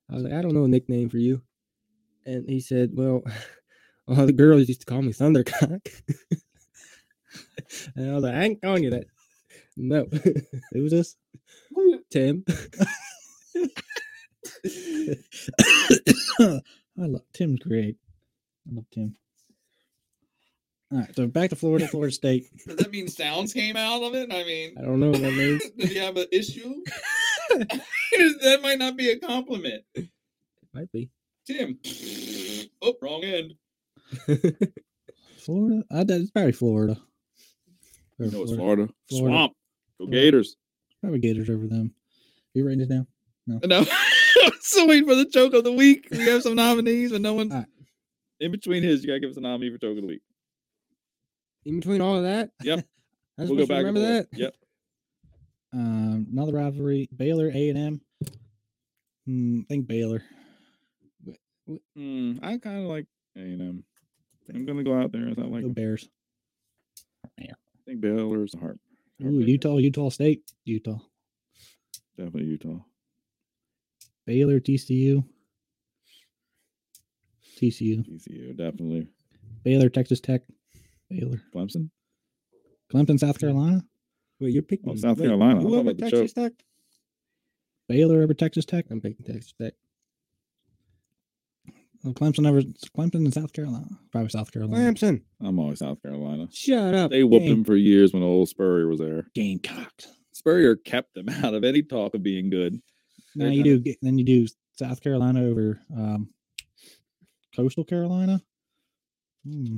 Speaker 1: I was like, I don't know a nickname for you. And he said, Well, (laughs) all the girls used to call me Thundercock. (laughs) and I was like, I ain't calling you that. No. (laughs)
Speaker 3: Who was this?
Speaker 1: Tim. (laughs)
Speaker 3: (coughs) I love Tim's great. I love Tim. All right, so back to Florida, Florida State.
Speaker 2: Does that mean sounds came out of it? I mean, (laughs)
Speaker 1: I don't know what that means.
Speaker 2: did you have an issue? (laughs) that might not be a compliment.
Speaker 1: Might be. (laughs)
Speaker 2: Tim. Oh, wrong end.
Speaker 3: Florida, I, doubt- it's probably Florida. Or
Speaker 2: No, it's
Speaker 3: Florida.
Speaker 2: Florida.
Speaker 3: Florida.
Speaker 2: Swamp. Go
Speaker 3: Florida.
Speaker 2: Gators.
Speaker 3: Probably Gators over them. You writing this down?
Speaker 2: (laughs) No. (laughs) so wait for the joke of the week. We have some nominees, but no one.
Speaker 3: All right.
Speaker 2: In between his, you gotta give us a nominee for joke of the week.
Speaker 1: In between all of that?
Speaker 2: Yep.
Speaker 1: I was supposed to
Speaker 2: and
Speaker 1: remember that?
Speaker 2: forth. Yep.
Speaker 3: Um, another rivalry: Baylor, A and M. Hmm, I think Baylor.
Speaker 2: Mm, I kind of like A&M. I'm gonna go out there and I like.
Speaker 3: Go Bears.
Speaker 2: I think Baylor is the heart.
Speaker 3: Ooh,
Speaker 2: heartbreaker.
Speaker 3: Utah, Utah State, Utah.
Speaker 2: Definitely Utah.
Speaker 3: Baylor, TCU. TCU.
Speaker 2: TCU. Definitely
Speaker 3: Baylor, Texas Tech. Baylor.
Speaker 2: Clemson.
Speaker 3: Clemson, South Carolina.
Speaker 1: Wait, you're picking
Speaker 2: Oh, South
Speaker 1: wait,
Speaker 2: Carolina. I
Speaker 1: You
Speaker 2: thought
Speaker 1: over
Speaker 2: about the joke.
Speaker 1: Texas Tech?
Speaker 3: Baylor over Texas Tech.
Speaker 1: I'm picking Texas Tech.
Speaker 3: Oh, Clemson over Clemson and South Carolina. Probably South
Speaker 2: Um,
Speaker 3: Carolina.
Speaker 1: Clemson.
Speaker 2: I'm always South Carolina.
Speaker 1: Shut up.
Speaker 2: They whooped
Speaker 1: Dang.
Speaker 2: him for years when old Spurrier was there.
Speaker 3: Gamecocks.
Speaker 2: Spurrier kept them (laughs) out of any talk of being good.
Speaker 3: Now
Speaker 2: They're
Speaker 3: you
Speaker 2: kinda-
Speaker 3: do get- then you do South Carolina over um, Coastal Carolina. Hmm.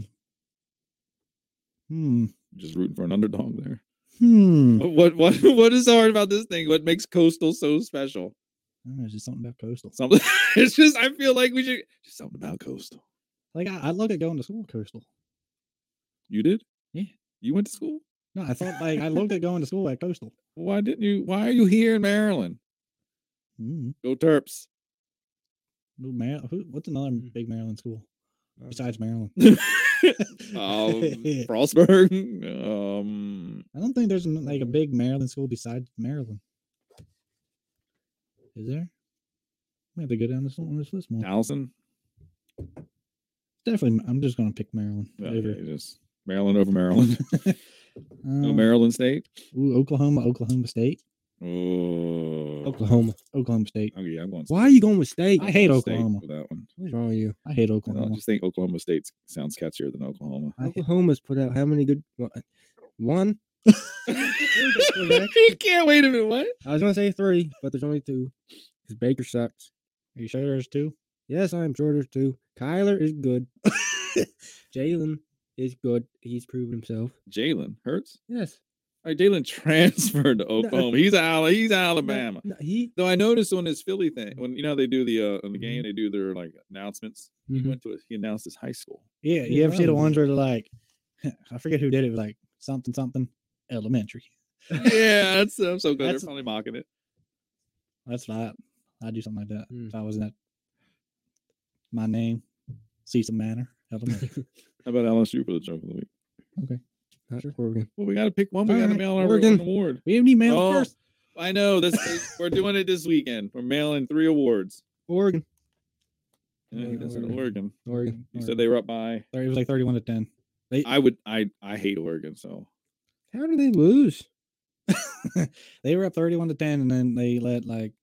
Speaker 3: Hmm.
Speaker 2: Just rooting for an underdog there.
Speaker 3: Hmm.
Speaker 2: What what (laughs) what is hard about this thing? What makes Coastal so special?
Speaker 3: I don't know, just something about Coastal.
Speaker 2: Something. (laughs) It's just I feel like we should just something about Coastal.
Speaker 3: Like I, I looked at going to school at Coastal.
Speaker 2: You did?
Speaker 3: Yeah.
Speaker 2: You went to school?
Speaker 3: No, I thought like I looked at going to school at Coastal.
Speaker 2: Why didn't you? Why are you here in Maryland?
Speaker 3: Hmm.
Speaker 2: Go Terps. (laughs)
Speaker 3: Who Mar- who, what's another big Maryland school
Speaker 1: Uh,
Speaker 3: besides Maryland? (laughs)
Speaker 2: um, Frostburg. Um,
Speaker 3: I don't think there's n- like a
Speaker 2: Mm-hmm.
Speaker 3: big Maryland school besides Maryland. Is there? We have to go down this on this list more.
Speaker 2: Allison.
Speaker 3: Definitely, I'm just gonna pick Maryland.
Speaker 2: Yeah,
Speaker 3: over.
Speaker 2: yeah, just Maryland over Maryland. (laughs) no
Speaker 3: Um,
Speaker 2: Maryland State.
Speaker 3: ooh, Oklahoma, Oklahoma State,
Speaker 2: Oh.
Speaker 1: Oklahoma.
Speaker 3: Oklahoma State.
Speaker 2: Okay, yeah, I'm going.
Speaker 1: Why are you going with state?
Speaker 3: I hate
Speaker 2: State
Speaker 3: Oklahoma.
Speaker 2: for that one.
Speaker 1: What's wrong with you?
Speaker 3: I hate
Speaker 2: You know, I
Speaker 3: Oklahoma.
Speaker 2: Oh, just think Oklahoma State sounds catchier than Oklahoma.
Speaker 3: I hate-
Speaker 1: Oklahoma's put out how many good one?
Speaker 2: (laughs) you can't wait a minute. What?
Speaker 1: I was gonna say three, but there's only two. Because Baker sucks.
Speaker 3: Are you sure there's two?
Speaker 1: Yes, I am sure there's two. Kyler is good. (laughs) Jalen is good. He's proven himself.
Speaker 2: Jalen Hurts.
Speaker 1: Yes.
Speaker 2: All right, Jalen (laughs) transferred to Oklahoma. He's Al- He's Alabama.
Speaker 1: No, he
Speaker 2: Though I noticed on his Philly thing, when you know they do the uh, on the game, they do their like announcements. He
Speaker 1: Mhm.
Speaker 2: went to it. He announced his high school.
Speaker 3: Yeah, Mm-hmm. you
Speaker 1: Yeah,
Speaker 3: ever see the
Speaker 1: probably.
Speaker 3: ones where they're like, (laughs) I forget who did it, but like something something elementary.
Speaker 2: yeah, that's. I'm so glad
Speaker 3: That's-
Speaker 2: they're finally mocking it.
Speaker 3: That's not. I do something like that.
Speaker 2: Hmm.
Speaker 1: Mm.
Speaker 3: If I was in that, my name, Cecil Manor,
Speaker 2: (laughs)
Speaker 3: elementary.
Speaker 2: How about LSU for the joke of the week?
Speaker 1: not Oregon.
Speaker 2: Well, we got to pick one. We
Speaker 1: All
Speaker 2: got to
Speaker 1: right,
Speaker 2: mail our
Speaker 1: Oregon.
Speaker 2: award.
Speaker 3: we haven't even mailed
Speaker 2: Oh.
Speaker 3: first.
Speaker 2: I know this. is- we're doing it this weekend. We're mailing three awards.
Speaker 1: Oregon.
Speaker 2: Yeah, he
Speaker 1: Yeah,
Speaker 2: does it in
Speaker 1: Oregon.
Speaker 2: Oregon.
Speaker 1: Oregon.
Speaker 2: You said they were up by.
Speaker 3: Thirty- It was like thirty-one to ten. They
Speaker 2: I would. I. I hate Oregon. So
Speaker 1: How did they lose?
Speaker 3: they were up thirty-one to ten, and then they let like,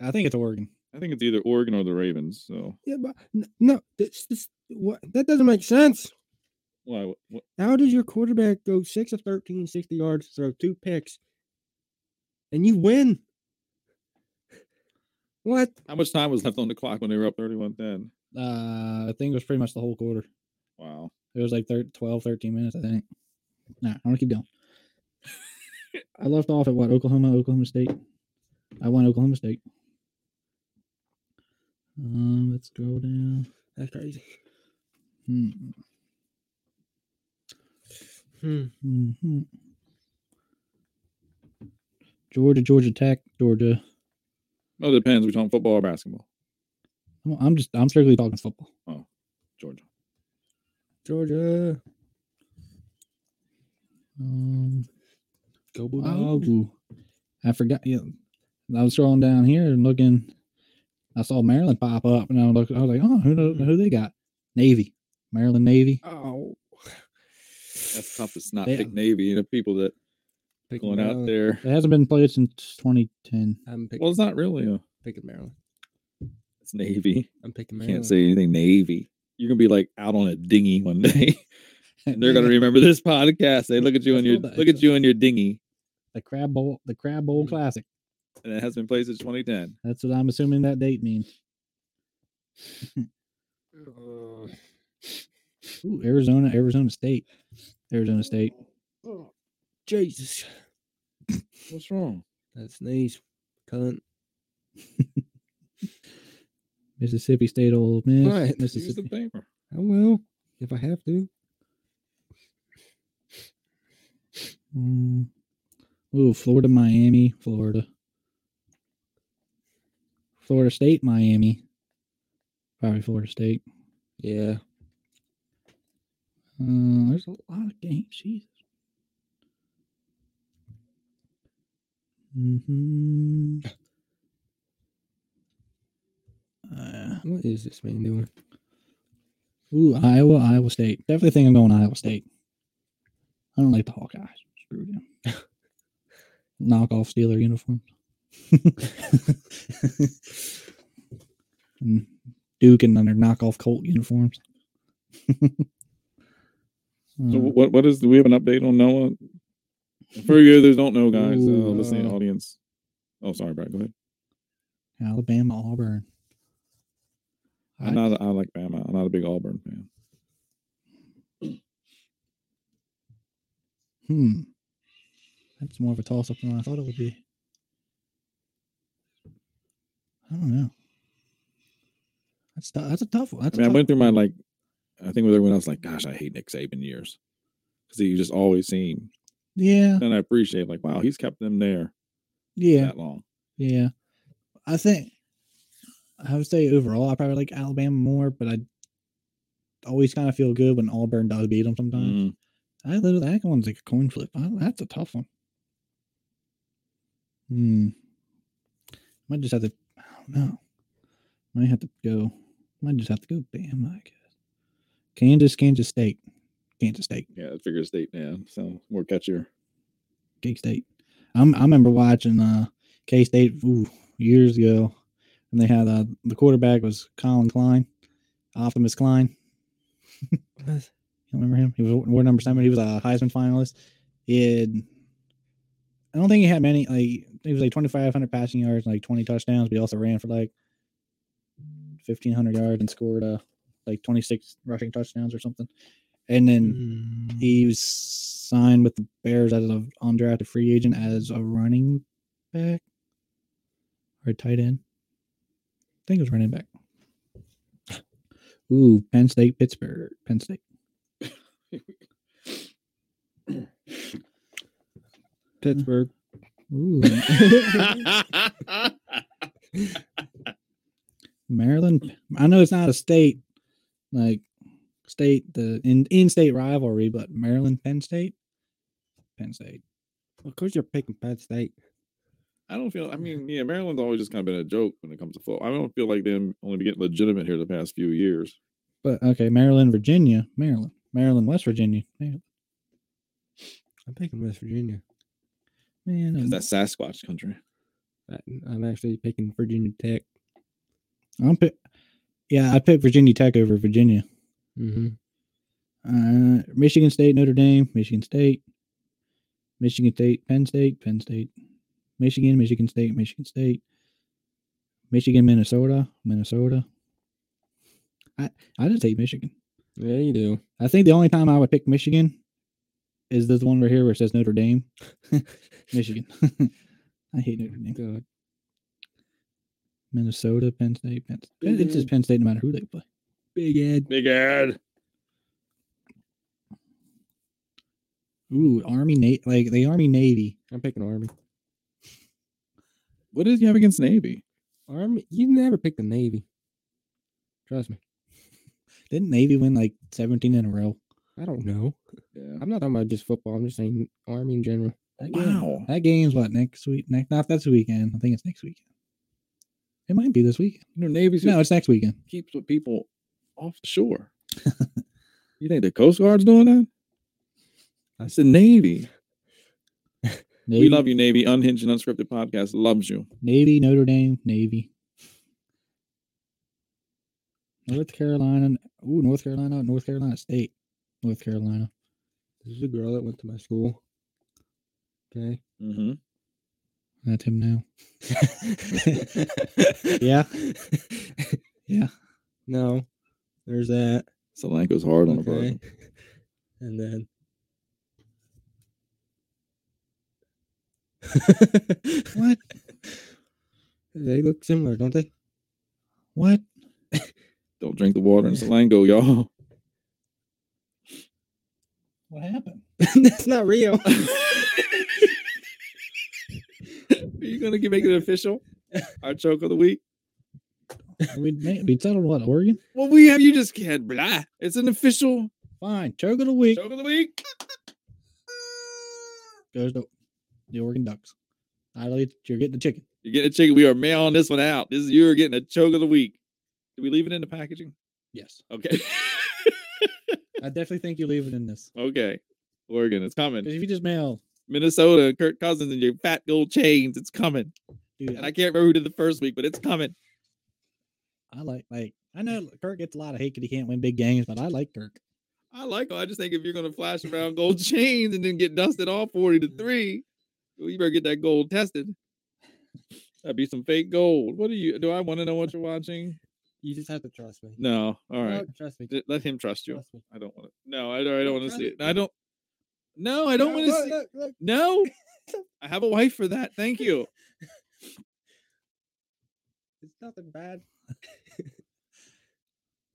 Speaker 3: I think it's Oregon.
Speaker 2: I think it's either Oregon or the Ravens. So
Speaker 1: Yeah, but n- no, this, this, what, that doesn't make sense.
Speaker 2: well, I,
Speaker 1: How does your quarterback go 6 of 13, 60 yards, throw two picks, and you win? What?
Speaker 2: How much time was left on the clock when they were up 31 10?
Speaker 3: Uh, I think it was pretty much the whole quarter.
Speaker 2: Wow.
Speaker 3: It was like thir- 12, 13 minutes, I think. Nah, I'm gonna keep going. I left off at what Oklahoma, Oklahoma State. I won Oklahoma State. Um, let's go down.
Speaker 1: That's crazy.
Speaker 3: Hmm.
Speaker 1: Hmm.
Speaker 3: hmm Georgia, Georgia Tech, Georgia.
Speaker 2: No, it depends. We're talking football or basketball.
Speaker 3: I'm- I'm just I'm strictly talking football.
Speaker 2: Georgia.
Speaker 1: Georgia.
Speaker 3: Um,
Speaker 1: Go
Speaker 3: oh, ooh. I forgot. Yeah, I was scrolling down here and looking. I saw Maryland pop up, and I was, like- I was like, oh, who know, who they got? Navy, Maryland Navy.
Speaker 1: Oh.
Speaker 2: That's tough. It's not
Speaker 3: They-
Speaker 2: pick Navy. You know, people that
Speaker 1: Picking
Speaker 2: going out
Speaker 1: Maryland.
Speaker 2: there.
Speaker 3: It hasn't been played since 2010.
Speaker 1: I'm picking,
Speaker 2: Well, it's not really. A,
Speaker 1: picking Maryland.
Speaker 2: it's Navy.
Speaker 1: I'm picking
Speaker 2: You
Speaker 1: Maryland.
Speaker 2: can't say anything Navy. You're gonna be like out on a dinghy one (laughs) day. and (laughs) they're gonna remember this podcast. They look at you
Speaker 3: I
Speaker 2: and your
Speaker 3: saw that.
Speaker 2: look at you and your dinghy,
Speaker 3: the crab bowl, the crab
Speaker 2: Mm.
Speaker 3: bowl classic.
Speaker 2: and it has been played since 2010.
Speaker 3: That's what I'm assuming that date means. Ooh, Arizona, Arizona State, Arizona State.
Speaker 1: Oh, Jesus.
Speaker 2: What's wrong?
Speaker 1: That sneeze. Cunt.
Speaker 3: Mississippi State, Ole Miss,
Speaker 1: Right,
Speaker 3: (laughs)
Speaker 2: Use the
Speaker 3: Mississippi.
Speaker 2: paper.
Speaker 1: I will Oh, if I have to.
Speaker 3: Mm. Ooh, Florida, Miami, Florida, Florida State, Miami, probably Florida State.
Speaker 1: Yeah.
Speaker 3: Uh, there's a lot of games. Jesus. hmm Uh,
Speaker 1: What is this man doing?
Speaker 3: ooh, Iowa, Iowa State. Definitely think I'm going Iowa State. I don't like the Hawkeyes. Screw them.
Speaker 2: (laughs)
Speaker 3: Knock off Steeler uniforms. and Duke and then their knockoff Colt
Speaker 2: (laughs)
Speaker 3: uniforms.
Speaker 2: So
Speaker 3: Uh,
Speaker 2: what what is do we have an update on Noah? For you that don't know, guys, uh,
Speaker 3: Ooh,
Speaker 2: listening
Speaker 1: uh,
Speaker 2: audience. Oh, sorry, Brad. Go ahead.
Speaker 3: Alabama, Auburn. I-
Speaker 2: I'm not. a- I like Bama. I'm not a big Auburn fan.
Speaker 3: Hmm. That's more of a toss up than I thought it would be. I don't know. That's tou- that's a tough one. That's a
Speaker 2: I mean, I
Speaker 3: tough-
Speaker 2: went through my like. I think with everyone else, like, gosh, I hate Nick Saban years because you just always seem.
Speaker 3: yeah,
Speaker 2: And I appreciate like, wow, he's kept them there
Speaker 3: yeah,
Speaker 2: that long.
Speaker 3: yeah. I think I would say overall I probably like Alabama more, but I always kind of feel good when Auburn does beat them sometimes.
Speaker 2: Mm.
Speaker 3: I literally that one's like a coin flip. I, that's a tough one. Hmm. Might just have to. I don't know. Might have to go. Might just have to go. Bam. I guess. Kansas, Kansas State, Kansas State,
Speaker 2: Yeah, I figure state. Yeah, so more (laughs) catchier.
Speaker 3: K State. I'm, I remember watching uh, K State ooh, years ago, and they had uh, the quarterback was Colin Klein, Optimus Klein.
Speaker 1: That's-
Speaker 3: You remember him? He was war number seven. He was a Heisman finalist. He had, I don't think he had many. Like he was like twenty five hundred passing yards, and like twenty touchdowns. But he also ran for like fifteen hundred yards and scored uh like twenty six rushing touchdowns or something. And
Speaker 2: Hmm.
Speaker 3: then
Speaker 1: Mm,
Speaker 3: he was signed with the Bears as an undrafted free agent as a running back or a tight end. I think it was running back. Ooh, Penn State, Pittsburgh, Penn State.
Speaker 1: Pittsburgh.
Speaker 3: Ooh,
Speaker 2: yeah,
Speaker 3: Maryland. I know it's not a state like state the in in state rivalry, but Maryland, Penn State, Penn State.
Speaker 1: Of course, you're picking Penn State.
Speaker 2: I don't feel. I mean, yeah, Maryland's always just kind of been a joke when it comes to football. I don't feel like them only been getting legitimate here the past few years.
Speaker 3: But okay, Maryland, Virginia, Maryland, Maryland, West Virginia. Man,
Speaker 1: I'm picking West Virginia.
Speaker 3: man,
Speaker 2: 'Cause
Speaker 3: I'm,
Speaker 2: That's Sasquatch country.
Speaker 1: I, I'm actually picking Virginia Tech.
Speaker 3: I'm pick, yeah, I picked Virginia Tech over Virginia.
Speaker 1: Mm-hmm.
Speaker 3: Uh, Michigan State, Notre Dame, Michigan State, Michigan State, Penn State, Penn State, Michigan, Michigan State, Michigan State, Michigan, Minnesota, Minnesota. I I just hate Michigan.
Speaker 1: Yeah, you do.
Speaker 3: I think the only time I would pick Michigan is this one right here where it says Notre Dame, (laughs) Michigan. (laughs) I hate Notre Dame,
Speaker 1: God.
Speaker 3: Minnesota, Penn State, Penn State. It's just Penn State, no matter who they play.
Speaker 1: Big Ed.
Speaker 2: Big ad.
Speaker 3: Ooh, Army, Navy, like the Army, Navy.
Speaker 1: I'm picking Army.
Speaker 2: What did you have against Navy?
Speaker 1: Army. You never pick the Navy. Trust me.
Speaker 3: Didn't Navy win like 17 in a row?
Speaker 1: I don't know.
Speaker 2: Yeah.
Speaker 1: I'm not talking about just football. I'm just saying Army in general.
Speaker 3: That
Speaker 2: Wow.
Speaker 3: Game, that game's what next week? Next, not that's the weekend. I think it's next weekend. It might be this weekend.
Speaker 2: You know, Navy's
Speaker 3: No, it's next weekend.
Speaker 2: keeps with people off the shore. (laughs) you think the Coast Guard's doing that? I said Navy.
Speaker 3: Navy,
Speaker 2: We love you, Navy. Unhinged and unscripted podcast loves you.
Speaker 3: Navy, Notre Dame, Navy, North Carolina. Ooh, North Carolina, North Carolina State, North Carolina.
Speaker 1: This is a girl that went to my school. (laughs) Okay.
Speaker 2: Mm-hmm.
Speaker 3: That's him now. Yeah, yeah.
Speaker 1: no. There's that.
Speaker 2: Solanko's hard on a
Speaker 1: Okay.
Speaker 2: person.
Speaker 1: And then. (laughs)
Speaker 3: (laughs) What?
Speaker 1: They look similar, don't they? (laughs)
Speaker 3: What?
Speaker 2: Don't drink the
Speaker 3: (laughs)
Speaker 2: water in Solanko, y'all. (laughs)
Speaker 3: What happened?
Speaker 1: That's not real.
Speaker 2: Are you gonna make
Speaker 3: (laughs)
Speaker 2: it official? Our joke of the week.
Speaker 3: we we settled what Oregon?
Speaker 2: Well, we have you just can't blah. It's an official
Speaker 3: Fine. Choke of the week
Speaker 2: joke of the week.
Speaker 3: goes to the Oregon Ducks. I you're getting the chicken.
Speaker 2: You're getting a chicken. We are mailing this one out. This is you're getting a choke of the week. Did we leave it in the packaging?
Speaker 3: Yes.
Speaker 2: Okay. (laughs)
Speaker 3: I definitely think you leave it in this.
Speaker 2: okay. Oregon, it's coming.
Speaker 3: Because if you just mail,
Speaker 2: Minnesota, Kirk Cousins and your fat gold chains. It's coming.
Speaker 3: dude,
Speaker 2: And
Speaker 3: I,
Speaker 2: I can't remember who did the first week, but it's coming.
Speaker 3: I like like I
Speaker 2: (laughs)
Speaker 3: know Kirk gets a lot of hate because he can't win big games, but I like Kirk.
Speaker 2: I like him. I just think if you're gonna flash around gold (laughs) chains and then get dusted off 40
Speaker 1: Mm-hmm.
Speaker 2: to 3, well, you better get that gold tested. That'd be some fake gold. What do you do? I want to know what you're watching?
Speaker 1: You just have to trust me.
Speaker 2: No. All right.
Speaker 1: No, trust me.
Speaker 2: D- Let him trust you.
Speaker 1: Trust me.
Speaker 2: I don't want to. No, I, I don't want to
Speaker 1: trust
Speaker 2: see
Speaker 1: it.
Speaker 2: it. I don't. No, I
Speaker 1: No,
Speaker 2: don't
Speaker 1: uh,
Speaker 2: want to
Speaker 1: look,
Speaker 2: see.
Speaker 1: look, look. (laughs)
Speaker 2: No. I have a wife for that. Thank you.
Speaker 1: It's nothing bad. (laughs)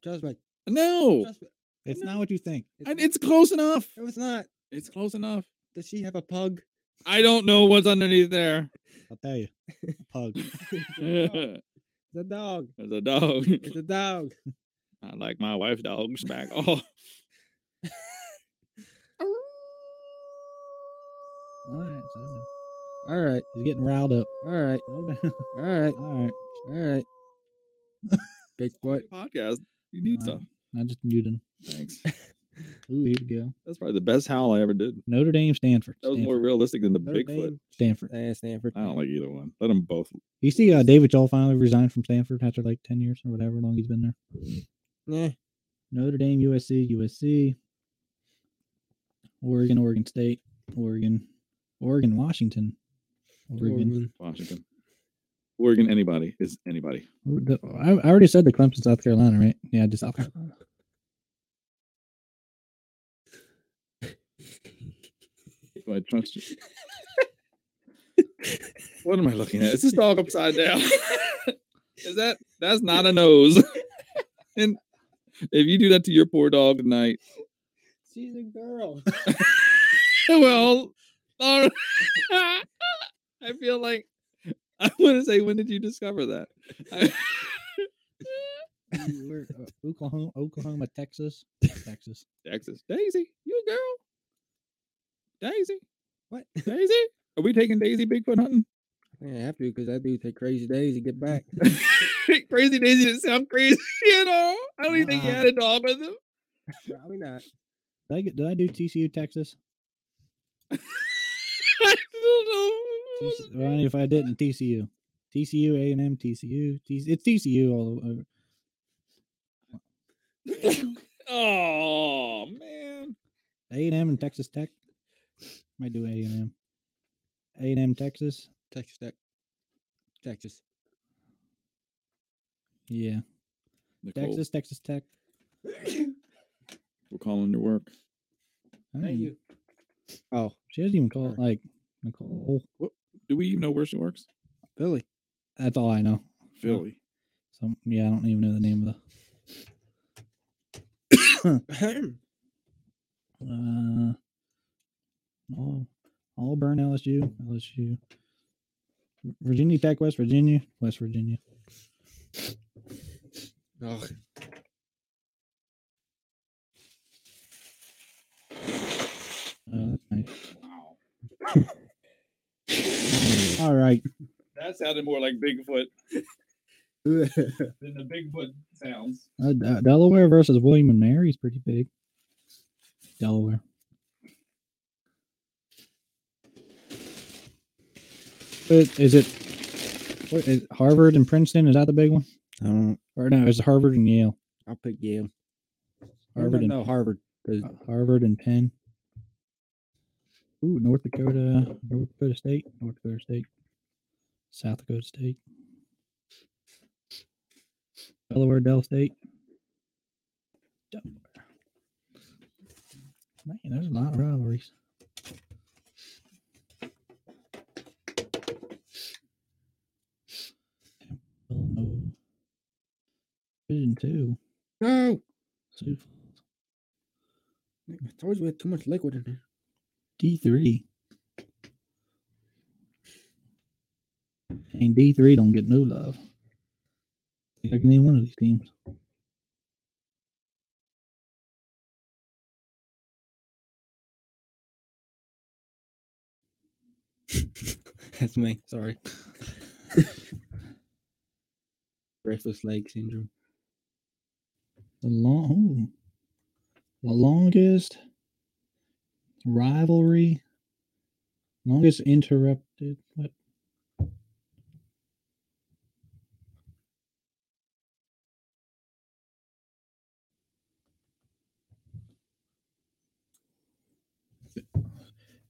Speaker 1: trust me.
Speaker 2: No.
Speaker 1: Trust me.
Speaker 3: It's not what you think.
Speaker 1: It's,
Speaker 2: And it's close enough.
Speaker 1: it was not.
Speaker 2: It's close enough.
Speaker 1: Does she have a pug?
Speaker 2: I don't know what's underneath
Speaker 1: (laughs)
Speaker 2: there.
Speaker 3: I'll tell you. Pug.
Speaker 1: it's
Speaker 2: (laughs) There's
Speaker 1: a dog.
Speaker 2: a dog. (laughs)
Speaker 1: It's a dog.
Speaker 2: I like my wife's
Speaker 1: (laughs)
Speaker 2: dogs back. Oh,
Speaker 3: All right, so
Speaker 1: All right.
Speaker 3: he's getting riled up.
Speaker 1: All right.
Speaker 3: Slow down. (laughs)
Speaker 1: All right.
Speaker 3: All right,
Speaker 1: All right. Bigfoot.
Speaker 2: podcast. You need
Speaker 3: Wow.
Speaker 2: stuff.
Speaker 3: I just muted him.
Speaker 2: Thanks.
Speaker 3: Ooh, here we go.
Speaker 2: That's probably the best howl I ever did.
Speaker 3: Notre Dame, Stanford.
Speaker 2: That was
Speaker 3: Stanford.
Speaker 2: more realistic than the
Speaker 1: Notre
Speaker 2: Bigfoot. Oh.
Speaker 1: Dame.
Speaker 3: Stanford.
Speaker 1: Eh, Stanford.
Speaker 2: I don't like either one. Let them both.
Speaker 3: You see, uh, David Joel finally resigned from Stanford after like ten years or whatever long he's been there.
Speaker 1: Nah.
Speaker 3: Notre Dame, USC, USC, Oregon, Oregon State, Oregon, Oregon, Washington, Oregon. (laughs)
Speaker 1: Oregon.
Speaker 2: Washington, Oregon, anybody is anybody.
Speaker 3: Or- the- I I already said the Clemson, South Carolina, right? Yeah, just South Carolina.
Speaker 2: Do I trust you? what am I looking at? Is this dog upside down? (laughs) is that that's not a nose? (laughs) and if you do that to your poor dog tonight,
Speaker 1: She's a girl.
Speaker 2: (laughs) well, all (laughs) right. I feel like I want to say, when did you discover that? (laughs) I-
Speaker 3: You were, uh, Oklahoma, Oklahoma, Texas, Texas.
Speaker 2: Texas, Daisy, you a girl? Daisy,
Speaker 1: What?
Speaker 2: Daisy? Are we taking Daisy Bigfoot hunting?
Speaker 1: (laughs) Yeah, I have to because that dude take crazy days to get
Speaker 3: (laughs)
Speaker 1: back.
Speaker 2: (laughs) crazy Daisy didn't sound crazy (laughs) at all. I don't even think he
Speaker 3: Nuh-uh.
Speaker 2: had a dog with him. (laughs)
Speaker 1: Probably not.
Speaker 3: Did I, get, did I do TCU, Texas?
Speaker 2: I don't know.
Speaker 3: TC well, if I didn't, TCU, TCU, A and M, TCU, TC, it's TCU all the over.
Speaker 2: (laughs) oh man.
Speaker 3: A and M and Texas Tech. Might do A and M. A and M, Texas.
Speaker 1: Texas Tech. Texas.
Speaker 3: Yeah,
Speaker 2: Nicole,
Speaker 3: Texas, Texas Tech.
Speaker 2: we're calling your work.
Speaker 3: I don't even-
Speaker 1: Mm. Oh,
Speaker 3: She doesn't even call it like Nicole.
Speaker 2: Do we even know where she works?
Speaker 1: (clears throat) Philly.
Speaker 3: That's all I know.
Speaker 2: Philly.
Speaker 3: So yeah, I don't even know the name of the. Uh, all, Auburn, LSU, LSU, V- Virginia Tech, West Virginia, West Virginia.
Speaker 1: oh,
Speaker 3: Uh, that's nice. All right,
Speaker 2: That sounded more like Bigfoot
Speaker 1: That's
Speaker 2: than the Bigfoot sounds.
Speaker 3: uh, D- Delaware versus William and Mary is pretty big. Delaware. But is it what is Harvard and Princeton? Is that the big one?
Speaker 1: I don't.
Speaker 3: Or no, it's Harvard and Yale.
Speaker 1: (laughs) I'll pick Yale.
Speaker 3: Harvard
Speaker 1: Harvard.
Speaker 3: and
Speaker 1: No, Harvard. 'cause
Speaker 3: Uh, Harvard and Penn. Ooh, North Dakota, North Dakota State, North Dakota State, South Dakota State, Delaware, Dell State. Delaware. Man, there's a lot of rivalries. Villanova. Division two.
Speaker 1: No,
Speaker 3: Sioux
Speaker 1: I told you we had too much liquid in there.
Speaker 3: D three. And D three don't get no love. I can name one of these teams.
Speaker 1: (laughs) That's me. Sorry. (laughs) Breathless leg syndrome.
Speaker 3: The long, ooh. the longest rivalry, longest interrupted. What?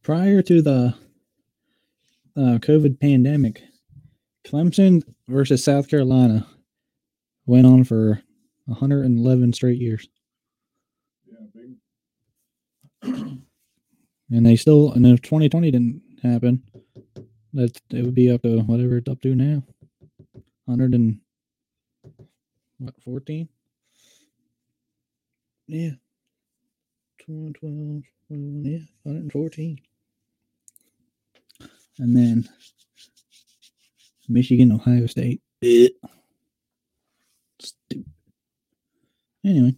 Speaker 3: Prior to the uh, COVID pandemic, Clemson versus South Carolina went on for 111 straight years.
Speaker 2: Yeah, big.
Speaker 3: (clears throat) And they still, and if 2020 didn't happen, that it would be up to whatever it's up to now. 100 and what, 14? Yeah. 12, 12, 21, yeah, 114. And then Michigan, Ohio State. Stupid. Anyway,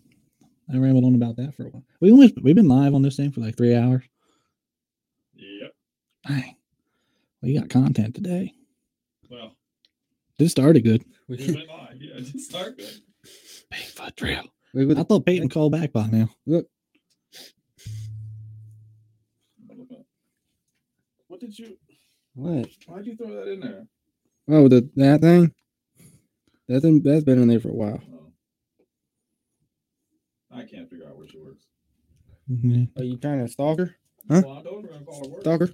Speaker 3: I rambled on about that for a while. We almost we've been live on this thing for like three hours.
Speaker 2: Yep.
Speaker 3: Dang, we got content today.
Speaker 2: Well,
Speaker 3: This started good.
Speaker 1: We,
Speaker 2: went live. Yeah, (laughs) it didn't start good.
Speaker 3: Bigfoot trail.
Speaker 1: we would,
Speaker 3: I thought Peyton called back by now.
Speaker 2: What did you?
Speaker 1: what?
Speaker 2: Why'd you throw that in there?
Speaker 1: Oh, the that thing. That thing that's been in there for a while.
Speaker 2: Oh. I can't figure out where she works.
Speaker 3: Yeah.
Speaker 1: Are you trying to stalk her?
Speaker 3: Huh?
Speaker 2: Well, I told her I called her work.
Speaker 1: Stalk her?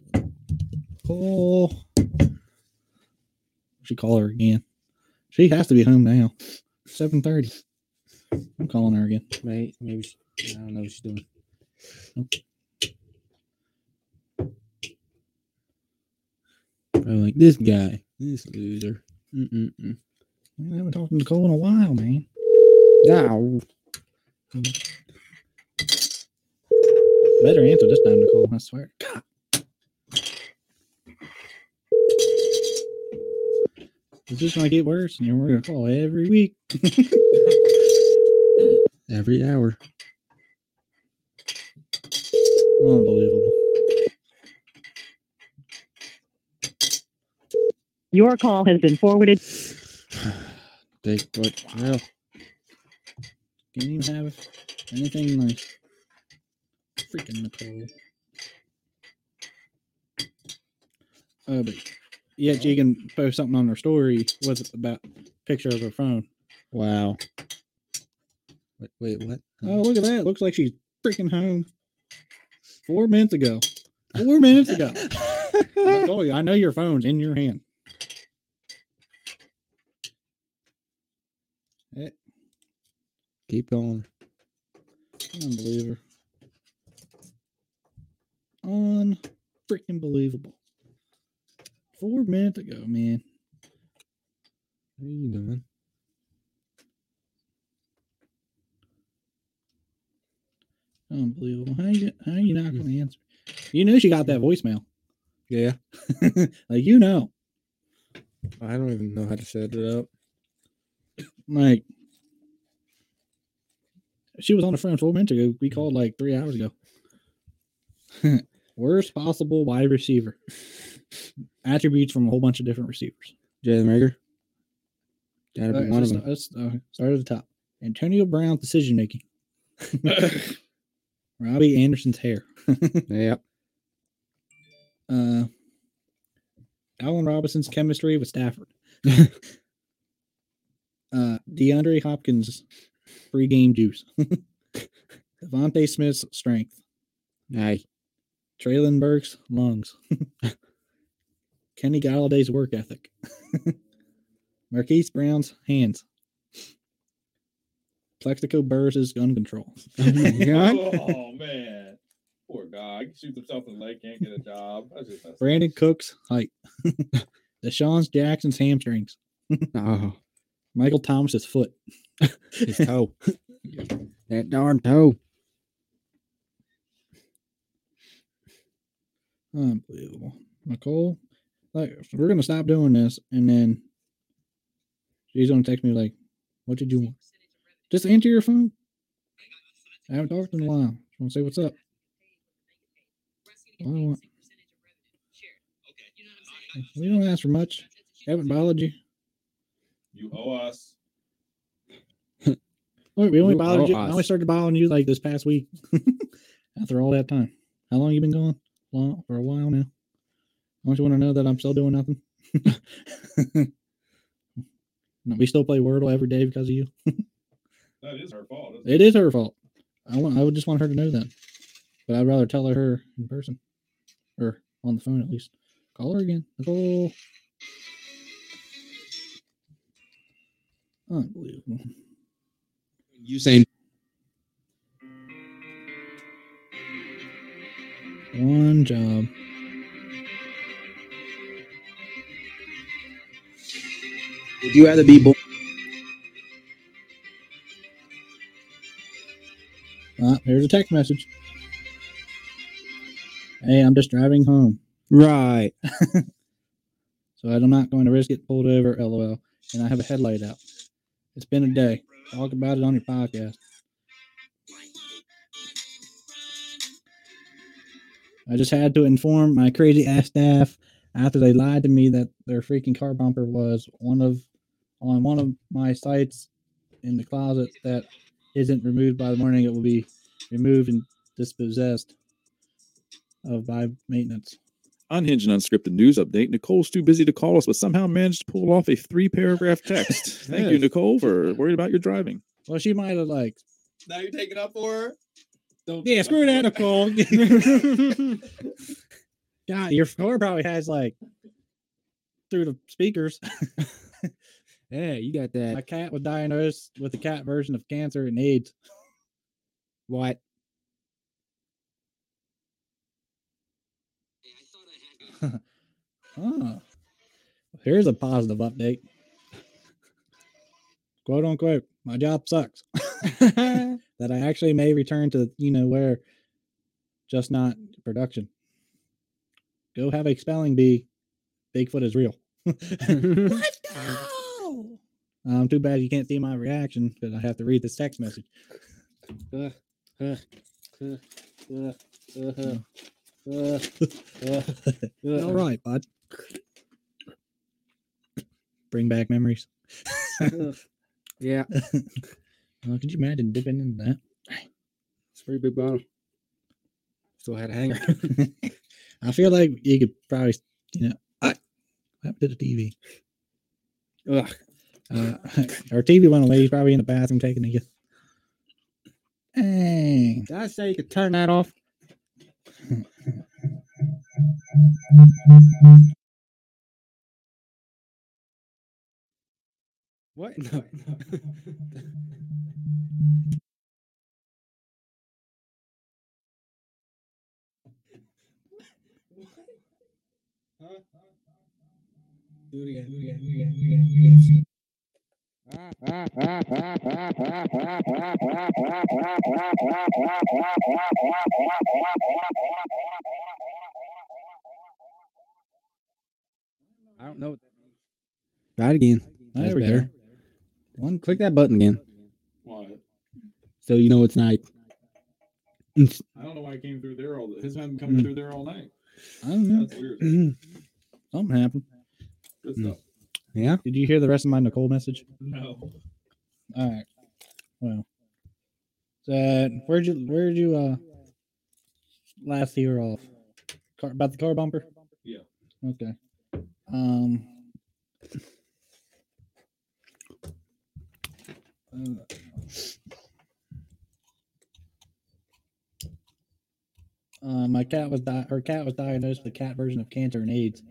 Speaker 3: Oh, should call her again. She has to be home now. Seven thirty. I'm calling her again.
Speaker 1: Mate, maybe she, I don't know what she's doing. Probably like this guy, this loser. Mm-mm-mm.
Speaker 3: Man, I haven't talked to Nicole in a while, man.
Speaker 1: No.
Speaker 3: Better answer this time, Nicole. I swear. God. It's just gonna get worse, and we're gonna call every week.
Speaker 1: Every hour. (sighs)
Speaker 3: Unbelievable.
Speaker 4: Your call has been forwarded.
Speaker 1: Take what? Well,
Speaker 3: Can't even have anything nice. Freaking Nicole. Oh, but yeah, she can post something on her story with about picture of her phone.
Speaker 1: wow. Wait, wait, what?
Speaker 3: Oh, look at that! Looks like she's freaking home. Four minutes ago. Four minutes ago. I
Speaker 1: Oh.
Speaker 3: told you, oh, I know your phone's in your hand.
Speaker 1: (laughs) Keep going.
Speaker 3: Unbeliever. On freaking believable. Four minutes ago, man.
Speaker 1: What are you doing?
Speaker 3: Unbelievable. How you how you not gonna answer? You know she got that voicemail.
Speaker 1: Yeah.
Speaker 3: like you know.
Speaker 1: I don't even know how to set it up.
Speaker 3: Like she was on the phone four minutes ago. We called like three hours ago. (laughs) Worst possible wide receiver. (laughs) Attributes from a whole bunch of different receivers.
Speaker 1: Jalen Rager. Gotta be
Speaker 3: Alright,
Speaker 1: one of
Speaker 3: so
Speaker 1: them.
Speaker 3: let's- uh, start at the top. Antonio Brown's
Speaker 1: (laughs)
Speaker 3: decision making. Robbie Anderson's hair.
Speaker 1: Yeah. (laughs)
Speaker 3: Uh, Allen Robinson's chemistry
Speaker 1: (laughs)
Speaker 3: with Stafford. uh, DeAndre Hopkins' free game juice. (laughs) Devontae Smith's strength.
Speaker 1: Aye.
Speaker 3: Traylon Burke's lungs. (laughs) Kenny Galladay's work ethic. (laughs) Marquise Brown's hands. Plexico Burris' gun control.
Speaker 1: (laughs) Oh my God. (laughs)
Speaker 2: oh man, poor guy. He shoots himself in the leg. Can't get a job. That's just messed up.
Speaker 3: Brandon Cook's height. (laughs) Deshaun Jackson's hamstrings.
Speaker 1: Oh,
Speaker 3: Michael Thomas's foot.
Speaker 1: his toe. that darn toe.
Speaker 3: Unbelievable. Nicole, like we're gonna stop doing this, and then she's gonna text me like, "What did you want?" Just answer your phone. I haven't talked in a while. Just want to say what's up. What do I want? Uh, We don't ask for much. Haven't bothered you.
Speaker 2: You owe us.
Speaker 3: Look, Oh, we only
Speaker 1: You owe
Speaker 3: bothered you. I
Speaker 1: us.
Speaker 3: only started bothering you like this past week. (laughs) After all that time, how long you been gone? Long for a while now. Don't you want to know that I'm still doing nothing? (laughs) No, we still play Wordle every day because of you.
Speaker 2: That is her fault. isn't
Speaker 3: It is her fault. I want. I would just want her to know that. But I'd rather tell her in person, or on the phone at least. Call her again. Nicole. Unbelievable.
Speaker 1: You saying
Speaker 3: One job.
Speaker 1: would you rather be born?
Speaker 3: Ah, here's a text message. Hey, I'm just driving home,
Speaker 1: Right.
Speaker 3: so I'm not going to risk it pulled over. LOL. And I have a headlight out. It's been a day. Talk about it on your podcast. I just had to inform my crazy ass staff after they lied to me that their freaking car bumper was one of on one of my sites in the closet that isn't removed by the morning. It will be removed and dispossessed of by maintenance.
Speaker 2: Unhinged and unscripted news update. Nicole's too busy to call us, but somehow managed to pull off a three paragraph text. (laughs) Thank you,
Speaker 3: Yes.
Speaker 2: Nicole, for worried about your driving.
Speaker 3: Well, she might have like
Speaker 5: Now you're taking up for her. Don't
Speaker 3: yeah,
Speaker 5: take
Speaker 3: screw
Speaker 5: up
Speaker 3: that,
Speaker 5: for her.
Speaker 3: Nicole. God, your car probably has like through the speakers.
Speaker 1: (laughs) Yeah, you got
Speaker 3: My
Speaker 1: that.
Speaker 3: cat was diagnosed with the cat version of cancer and AIDS.
Speaker 1: (laughs) What?
Speaker 3: Huh. Here's a positive update. Quote unquote, my job sucks. that I actually may return to, you know, where just not production. Go have a spelling bee. Bigfoot is real. what? No! Um, too bad you can't see my reaction because I have to read this text message.
Speaker 1: Uh, uh, uh, uh, uh, uh, uh, uh,
Speaker 3: All right, bud. Bring back memories.
Speaker 1: Yeah,
Speaker 3: Oh, could you imagine dipping into that?
Speaker 1: it's a pretty big bottle. Still had a hanger.
Speaker 3: (laughs) I feel like you could probably, you know, I, what happened to the TV?
Speaker 1: Ugh.
Speaker 3: Uh, (laughs) our TV went away. He's probably in the bathroom taking a kiss. Dang.
Speaker 1: Did I say you could turn that off? (laughs) What? No. Do it again. Do it again. Do it again. Do it again. Do it again. I don't know what that means. Try it again.
Speaker 3: There
Speaker 1: That's
Speaker 3: we go.
Speaker 1: better.
Speaker 3: One click.
Speaker 1: Click that button again.
Speaker 2: Why?
Speaker 1: So you know it's night.
Speaker 2: I don't know why I came through there all. His man
Speaker 1: coming Mm.
Speaker 2: through there all night.
Speaker 3: I don't know.
Speaker 2: weird.
Speaker 3: Something happened.
Speaker 2: Good
Speaker 1: Mm. stuff. Yeah.
Speaker 3: Did you hear the rest of my Nicole message?
Speaker 2: No.
Speaker 3: All right. Well, so where'd you where'd you uh last hear off car, about the car bumper?
Speaker 2: Yeah.
Speaker 3: Okay. Um. uh, Uh, my cat was di- her cat was diagnosed with a cat version of cancer and AIDS.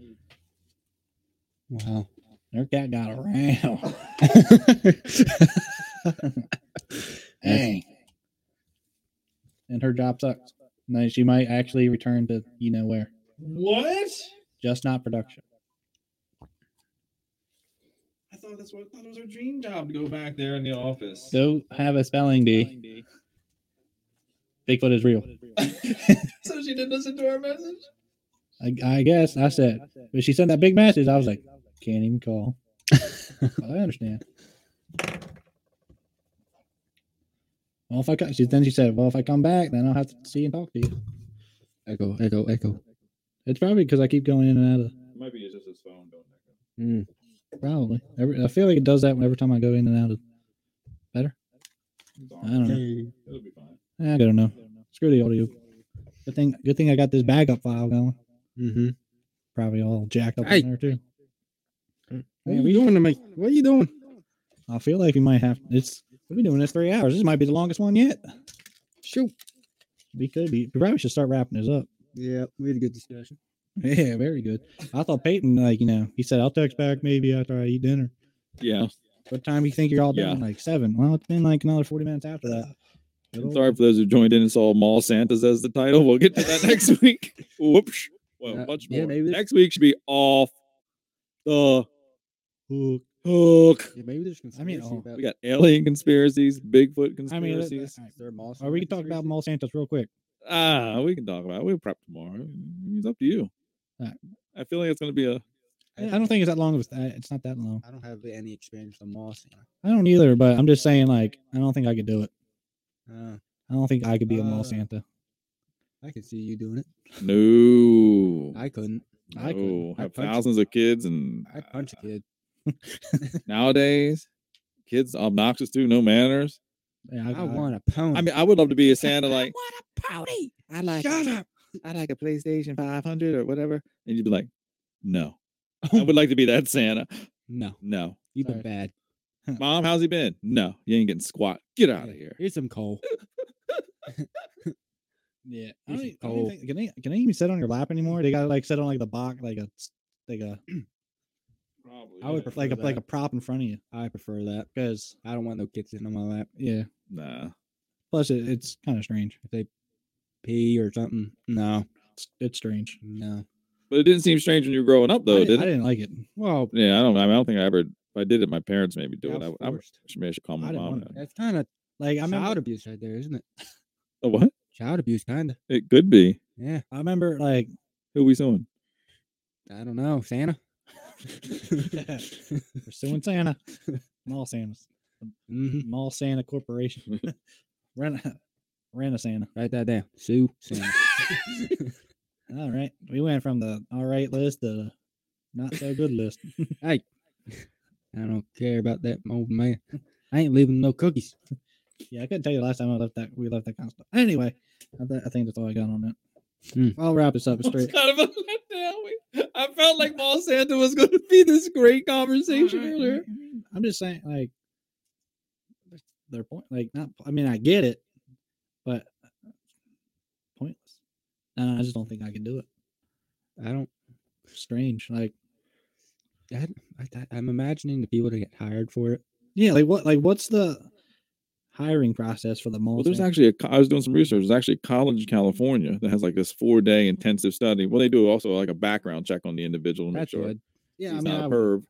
Speaker 1: Wow.
Speaker 3: Her cat got around. (laughs) Dang. And her job sucks. No, she might actually return to you know where.
Speaker 5: What?
Speaker 3: Just not production.
Speaker 2: I thought that's what I thought it was our dream job to go back there in the office.
Speaker 3: Go have a spelling bee. Bigfoot is
Speaker 2: (laughs)
Speaker 3: real.
Speaker 5: So she didn't listen to our message?
Speaker 3: I, I guess I said. But she sent that big message. I was like, can't even
Speaker 2: (laughs)
Speaker 3: call. But I understand. Well, if I co- she, then she said, well, if I come back, then I'll have to see and talk to you.
Speaker 1: Echo, echo, echo.
Speaker 3: It's probably because I keep going in and out of
Speaker 2: Might be it's just his phone going back
Speaker 1: Mm.
Speaker 2: up.
Speaker 3: probably. Every, I feel like it does that every time I go in and out of.
Speaker 2: It's
Speaker 3: I don't know.
Speaker 2: It'll be fine.
Speaker 3: Eh, I don't know. Screw the audio. Good thing. Good thing I got this backup file going.
Speaker 1: Mm-hmm.
Speaker 3: Probably all jacked up
Speaker 1: Hey.
Speaker 3: in there too.
Speaker 1: What are you doing to me? What are you doing?
Speaker 3: I feel like we might have. It's we've been doing this three hours. This might be the longest one yet.
Speaker 1: Shoot.
Speaker 3: We could be. We probably should start wrapping this up. (laughs)
Speaker 1: Yeah, we had a good discussion.
Speaker 3: Yeah, very good. I thought Peyton, like you know, he said I'll text back maybe after I eat dinner.
Speaker 2: Yeah.
Speaker 3: What time do you think you're all done?
Speaker 2: Yeah.
Speaker 3: Like seven. Well, it's been like another forty minutes after that. Good
Speaker 2: I'm
Speaker 3: old-
Speaker 2: sorry for those who joined in and saw Mall Santas as the title. We'll get to
Speaker 1: (laughs)
Speaker 2: that next week. Whoops. Well,
Speaker 1: Uh,
Speaker 2: much
Speaker 1: yeah,
Speaker 2: more.
Speaker 1: maybe this-
Speaker 2: next week should be off the
Speaker 3: Ooh,
Speaker 2: hook.
Speaker 1: Yeah, maybe there's
Speaker 3: I
Speaker 1: conspiracy
Speaker 3: mean, oh,
Speaker 1: about
Speaker 2: We got alien conspiracies, Bigfoot
Speaker 3: I mean, that-
Speaker 2: conspiracies.
Speaker 3: all right.
Speaker 1: their moss.
Speaker 3: or we can talk about Mall Santos real quick.
Speaker 2: ah, we can talk about it. We'll prep tomorrow. It's up to you.
Speaker 3: Alright.
Speaker 2: I feel like it's going to be a.
Speaker 3: I I don't think it's that long. Of a, it's not that long.
Speaker 1: I don't have any experience on moss.
Speaker 3: I don't either, but I'm just saying, like, I don't think I could do it.
Speaker 1: Uh,
Speaker 3: I don't think I could be a mall
Speaker 1: Uh,
Speaker 3: Santa.
Speaker 1: I can see you doing it.
Speaker 2: No.
Speaker 1: I couldn't.
Speaker 3: I could.
Speaker 2: no.
Speaker 1: I
Speaker 2: have
Speaker 1: punch-
Speaker 2: thousands of kids, and uh,
Speaker 1: I punch
Speaker 3: Uh,
Speaker 1: a kid.
Speaker 2: nowadays, kids obnoxious too, no manners.
Speaker 3: Yeah,
Speaker 1: I,
Speaker 3: I, I,
Speaker 1: want a pony.
Speaker 2: I mean, I would love to be a Santa like,
Speaker 1: what a pony. I like.
Speaker 2: shut up. I like a PlayStation 500 or whatever, and you'd be like, no. I would like to be that Santa.
Speaker 1: No,
Speaker 2: No.
Speaker 1: you've been
Speaker 3: Sorry.
Speaker 1: bad.
Speaker 2: Mom, how's he been? No, you ain't getting squat. Get out of here.
Speaker 1: Here's some coal.
Speaker 3: (laughs) yeah. I
Speaker 1: Here's your
Speaker 3: don't, e- I don't even
Speaker 1: coal.
Speaker 3: think, can they can they even sit on your lap anymore? They got like sit on like the box, like a s- like a
Speaker 2: Probably.
Speaker 1: I would prefer
Speaker 3: like a like a
Speaker 1: that.
Speaker 3: prop in front of you.
Speaker 1: I prefer that.
Speaker 3: Because
Speaker 1: I don't want no kids sitting on my lap.
Speaker 3: yeah,
Speaker 2: Nah.
Speaker 3: plus it, it's kind of strange.
Speaker 1: Pee or something. No,
Speaker 3: It's, it's strange.
Speaker 1: no.
Speaker 2: But it didn't seem strange when you were growing up,
Speaker 1: Oh,
Speaker 2: though,
Speaker 3: I,
Speaker 2: did,
Speaker 3: didn't, I
Speaker 2: it?
Speaker 3: didn't like it.
Speaker 1: Well,
Speaker 2: yeah, I don't. I, mean, I don't think I ever. If I did it, my parents made me do
Speaker 1: that
Speaker 2: it. I,
Speaker 1: was
Speaker 2: I, I
Speaker 1: forced.
Speaker 2: should- maybe I should call
Speaker 3: I
Speaker 2: my
Speaker 3: didn't
Speaker 2: mom.
Speaker 3: want
Speaker 2: now.
Speaker 1: that's kind of
Speaker 3: Like I
Speaker 1: child
Speaker 3: remember,
Speaker 1: abuse right there, isn't it?
Speaker 2: Oh, what?
Speaker 1: Child abuse, kind of.
Speaker 2: It could be.
Speaker 1: Yeah,
Speaker 3: I remember like
Speaker 2: Who we suing?
Speaker 1: I don't know.
Speaker 3: (laughs)
Speaker 1: Santa. (laughs)
Speaker 3: we're suing Santa, mall Santa's
Speaker 1: hmm
Speaker 3: mall Santa Corporation. (laughs) Ran a, ran a Santa.
Speaker 1: Write that down. Sue Santa.
Speaker 3: All right, we went from the all right list to the not so good list.
Speaker 1: (laughs) I don't care about that old man. I ain't leaving no cookies.
Speaker 3: Yeah, I couldn't tell you the last time I left that we left that kind of stuff. Anyway, I, th- I think that's all I got on that.
Speaker 1: Hmm.
Speaker 3: I'll wrap this up straight.
Speaker 5: It's kind of a letdown. I felt like Mall Santa was going to be this great conversation
Speaker 3: Alright,
Speaker 5: earlier.
Speaker 3: I mean, I'm just saying, like, th- their point, like, not. I mean, I get it, but pointless. No, I just don't think I can do it.
Speaker 1: I don't.
Speaker 3: Strange, like,
Speaker 1: I, I, I'm imagining the people that get hired for it.
Speaker 3: yeah, like what, like, what's the hiring process for the mall?
Speaker 2: Well, there's
Speaker 3: Santa?
Speaker 2: actually a. co- I was doing some research. There's actually a college in California that has like this four day intensive study. Well, they do also like a background check on the individual to make
Speaker 1: That's
Speaker 2: sure
Speaker 1: good.
Speaker 3: yeah,
Speaker 2: he's
Speaker 3: I mean,
Speaker 2: not
Speaker 3: I
Speaker 2: a
Speaker 3: would,
Speaker 2: perv.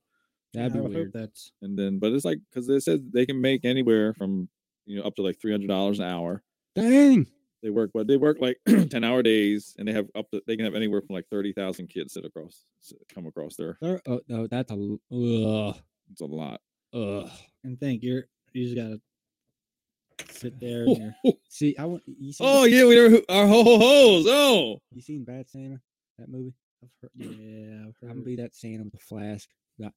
Speaker 1: That'd
Speaker 3: I
Speaker 1: be
Speaker 3: would hope
Speaker 1: weird.
Speaker 3: that's
Speaker 2: And then, but it's like because they said they can make anywhere from you know up to like three hundred dollars an hour.
Speaker 1: Dang.
Speaker 2: They work, but they work like (clears throat) ten hour days, and they have up to they can have anywhere from like thirty thousand kids that across come across there.
Speaker 1: They're- oh no, that's a l- ugh,
Speaker 2: It's a lot.
Speaker 1: ugh.
Speaker 3: and think you're you just gotta sit
Speaker 1: (laughs)
Speaker 3: there. And you're,
Speaker 1: See, I want you seen,
Speaker 2: Oh yeah, we are our ho ho ho's. Oh,
Speaker 1: you seen Bad Santa that movie?
Speaker 3: I've heard, yeah, I've
Speaker 1: I'm gonna
Speaker 3: heard.
Speaker 1: be that Santa with the flask. Yeah.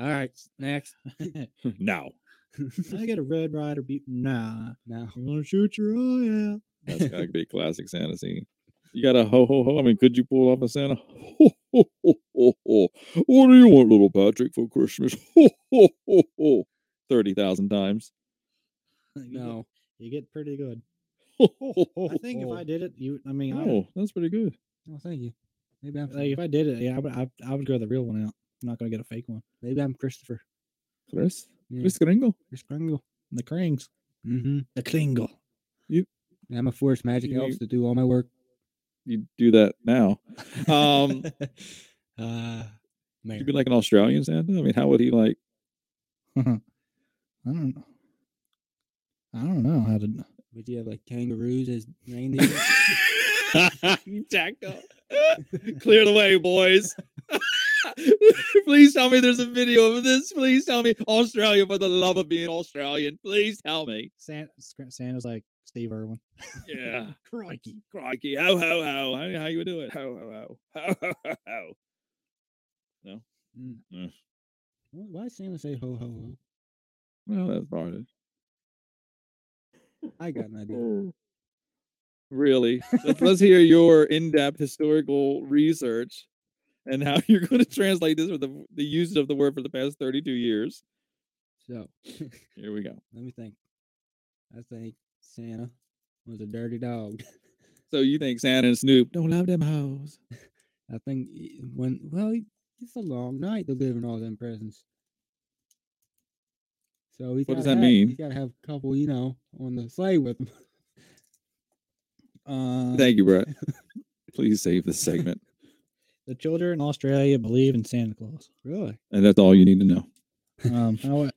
Speaker 1: All right,
Speaker 3: (laughs)
Speaker 1: next. (laughs)
Speaker 2: now
Speaker 3: I got a red rider beat. Nah,
Speaker 1: No,
Speaker 3: I'm gonna shoot your eye out. (laughs)
Speaker 2: that's gotta be a classic Santa scene. You got a ho ho ho. I mean, could you pull off a Santa? (laughs) Ho ho ho ho ho. What do you want, little Patrick, for Christmas? (laughs) Ho ho ho ho. Thirty thousand times.
Speaker 3: You get-
Speaker 1: no.
Speaker 3: you get pretty good.
Speaker 2: Ho, ho, ho,
Speaker 1: Oh,
Speaker 2: ho,
Speaker 3: I think if
Speaker 2: ho.
Speaker 3: I did it, you. I mean, I would-
Speaker 2: Oh, that's pretty good.
Speaker 1: No, thank you. Maybe I'm
Speaker 3: like if I did it, yeah, I would. I, I would go the real one out. I'm not gonna get a fake one.
Speaker 1: maybe I'm Christopher.
Speaker 2: Chris,
Speaker 1: Yeah,
Speaker 2: Chris Gringo.
Speaker 1: Chris Kringle.
Speaker 3: The Krings,
Speaker 1: (laughs) Mm-hmm.
Speaker 3: the Klingle.
Speaker 1: And I'm a force magic
Speaker 2: You-
Speaker 1: elves to do all my work.
Speaker 2: You do that now. Um,
Speaker 1: (laughs) uh,
Speaker 2: you'd be like an Australian Santa. I mean, how would he like?
Speaker 3: I don't. know. I don't know how to.
Speaker 1: Would you have like kangaroos as
Speaker 2: (laughs)
Speaker 1: reindeer?
Speaker 5: Jackal. Clear the way, boys. (laughs) please tell me there's a video of this. Please tell me Australia for the love of being Australian. Please tell me.
Speaker 3: Santa, Santa's like Steve Irwin.
Speaker 2: Yeah.
Speaker 3: Crikey!
Speaker 2: Crikey. Ho, ho, ho. How, how you doing? Ho, ho, ho. Ho, ho, ho.
Speaker 1: Mm.
Speaker 2: Yeah.
Speaker 1: Why why does Santa say ho ho ho?
Speaker 2: Well, that's part of it.
Speaker 1: I got an idea.
Speaker 2: Mm. Really? Let's, (laughs) let's hear your in-depth historical research and how (laughs) you're going to translate this with the, the usage of the word for the past 32 years.
Speaker 1: So let
Speaker 2: Here we go.
Speaker 1: me think. I think Santa was a dirty dog. (laughs)
Speaker 2: So you think Santa and Snoop don't love them hoes?
Speaker 1: I think y- when well, it's a long night delivering all them presents. So he's
Speaker 2: What does
Speaker 1: gotta
Speaker 2: that
Speaker 1: have-
Speaker 2: mean?
Speaker 1: He's got to have a couple, you know, on the sleigh with (laughs) him.
Speaker 3: Uh,
Speaker 2: Thank you, Brett. (laughs) Please save this segment.
Speaker 3: the children in Australia believe in Santa Claus.
Speaker 1: Really?
Speaker 2: And that's all you need to know.
Speaker 3: (laughs) Um, how,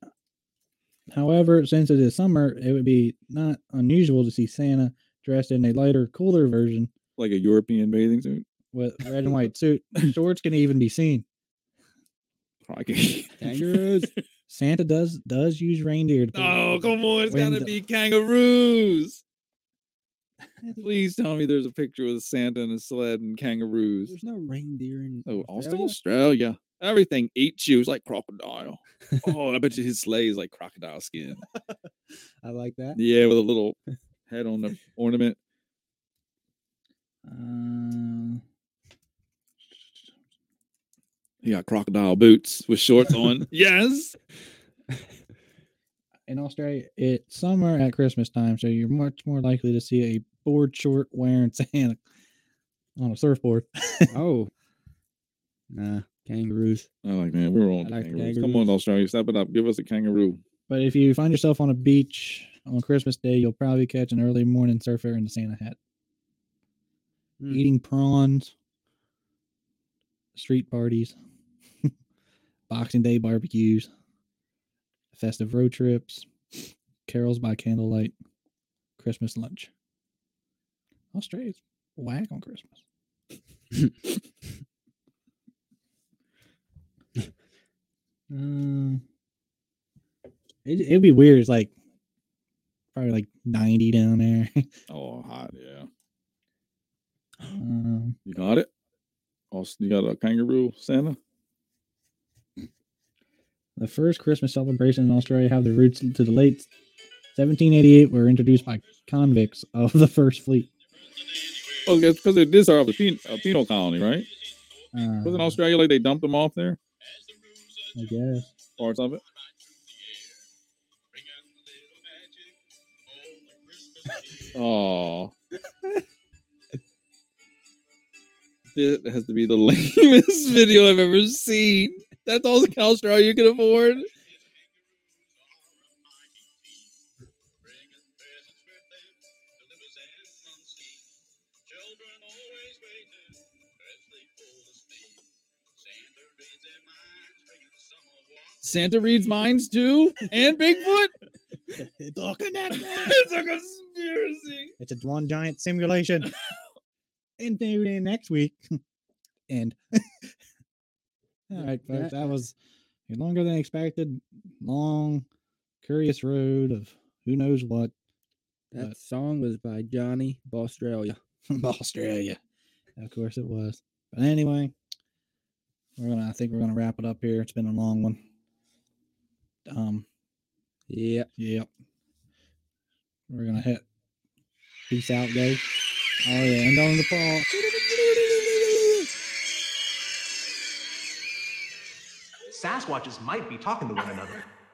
Speaker 3: however, since it is summer, it would be not unusual to see Santa dressed in a lighter, cooler version
Speaker 2: Like a European bathing suit?
Speaker 3: with red and white (laughs) suit. Shorts can even be seen.
Speaker 2: Oh, (laughs) Crikey.
Speaker 1: Kangaroos.
Speaker 3: (laughs) Santa does
Speaker 2: Oh,
Speaker 3: does use reindeer. To put-
Speaker 5: Oh, come on. It's got to
Speaker 2: (laughs)
Speaker 3: Wind-
Speaker 5: be kangaroos.
Speaker 2: Please tell me there's a picture with Santa and a sled and kangaroos.
Speaker 1: There's no reindeer in
Speaker 2: Oh, Austin,
Speaker 1: Australia.
Speaker 2: Australia. Everything eats you. It's like crocodile. oh, I bet you his sleigh is like crocodile skin.
Speaker 3: I like that.
Speaker 2: Yeah, with a little head on the ornament.
Speaker 3: Uh,
Speaker 2: He got crocodile boots with
Speaker 1: (laughs)
Speaker 2: shorts on. yes.
Speaker 3: in Australia, it's summer at Christmas time, so you're much more likely to see a board short wearing (laughs) Santa on a surfboard.
Speaker 1: (laughs) Oh, nah, kangaroos.
Speaker 2: I'm like, man, we were on
Speaker 1: I
Speaker 2: to
Speaker 1: like
Speaker 2: kangaroos. Come on,
Speaker 1: kangaroos.
Speaker 2: Australia, step it up. Give us a kangaroo.
Speaker 3: But if you find yourself on a beach on Christmas Day, you'll probably catch an early morning surfer in a Santa hat,
Speaker 1: Hmm.
Speaker 3: eating prawns, street parties, (laughs) Boxing Day barbecues, festive road trips, carols by candlelight, Christmas lunch. Australia's whack on Christmas. Um, it, it'd be weird. It's like probably like 90 down there. (laughs)
Speaker 2: Oh, hot. Yeah.
Speaker 3: um,
Speaker 2: You got it? Austin, you got a kangaroo, Santa?
Speaker 3: the first Christmas celebrations in Australia have their roots to the late 1788 were introduced by convicts of the First Fleet.
Speaker 2: Oh, that's because they this are a pen- a penal colony, right?
Speaker 3: Uh,
Speaker 2: Wasn't Australia like they dumped them off there?
Speaker 3: I guess.
Speaker 2: Parts of it? Oh. It has to be the (laughs) lamest video I've ever seen. That's all the Calstar you can afford. Santa reads minds too, and
Speaker 3: (laughs)
Speaker 2: Bigfoot.
Speaker 3: It's all
Speaker 2: (laughs)
Speaker 3: connected.
Speaker 2: it's a conspiracy.
Speaker 3: It's a one giant
Speaker 2: (laughs)
Speaker 3: simulation. and tune in next week. (laughs) and (laughs) all right, folks, that was a longer than expected, long, curious road of who knows what
Speaker 1: That
Speaker 3: But-
Speaker 1: song was by Johnny
Speaker 3: (laughs)
Speaker 1: Australia.
Speaker 3: Australia. Of course, it was. But anyway, we're gonna. I think we're gonna wrap it up here. It's been a long one. Um.
Speaker 1: Yeah.
Speaker 3: Yep. We're gonna hit. Peace out, guys. Oh yeah, and on the fall.
Speaker 6: Sasquatches might be talking to one another.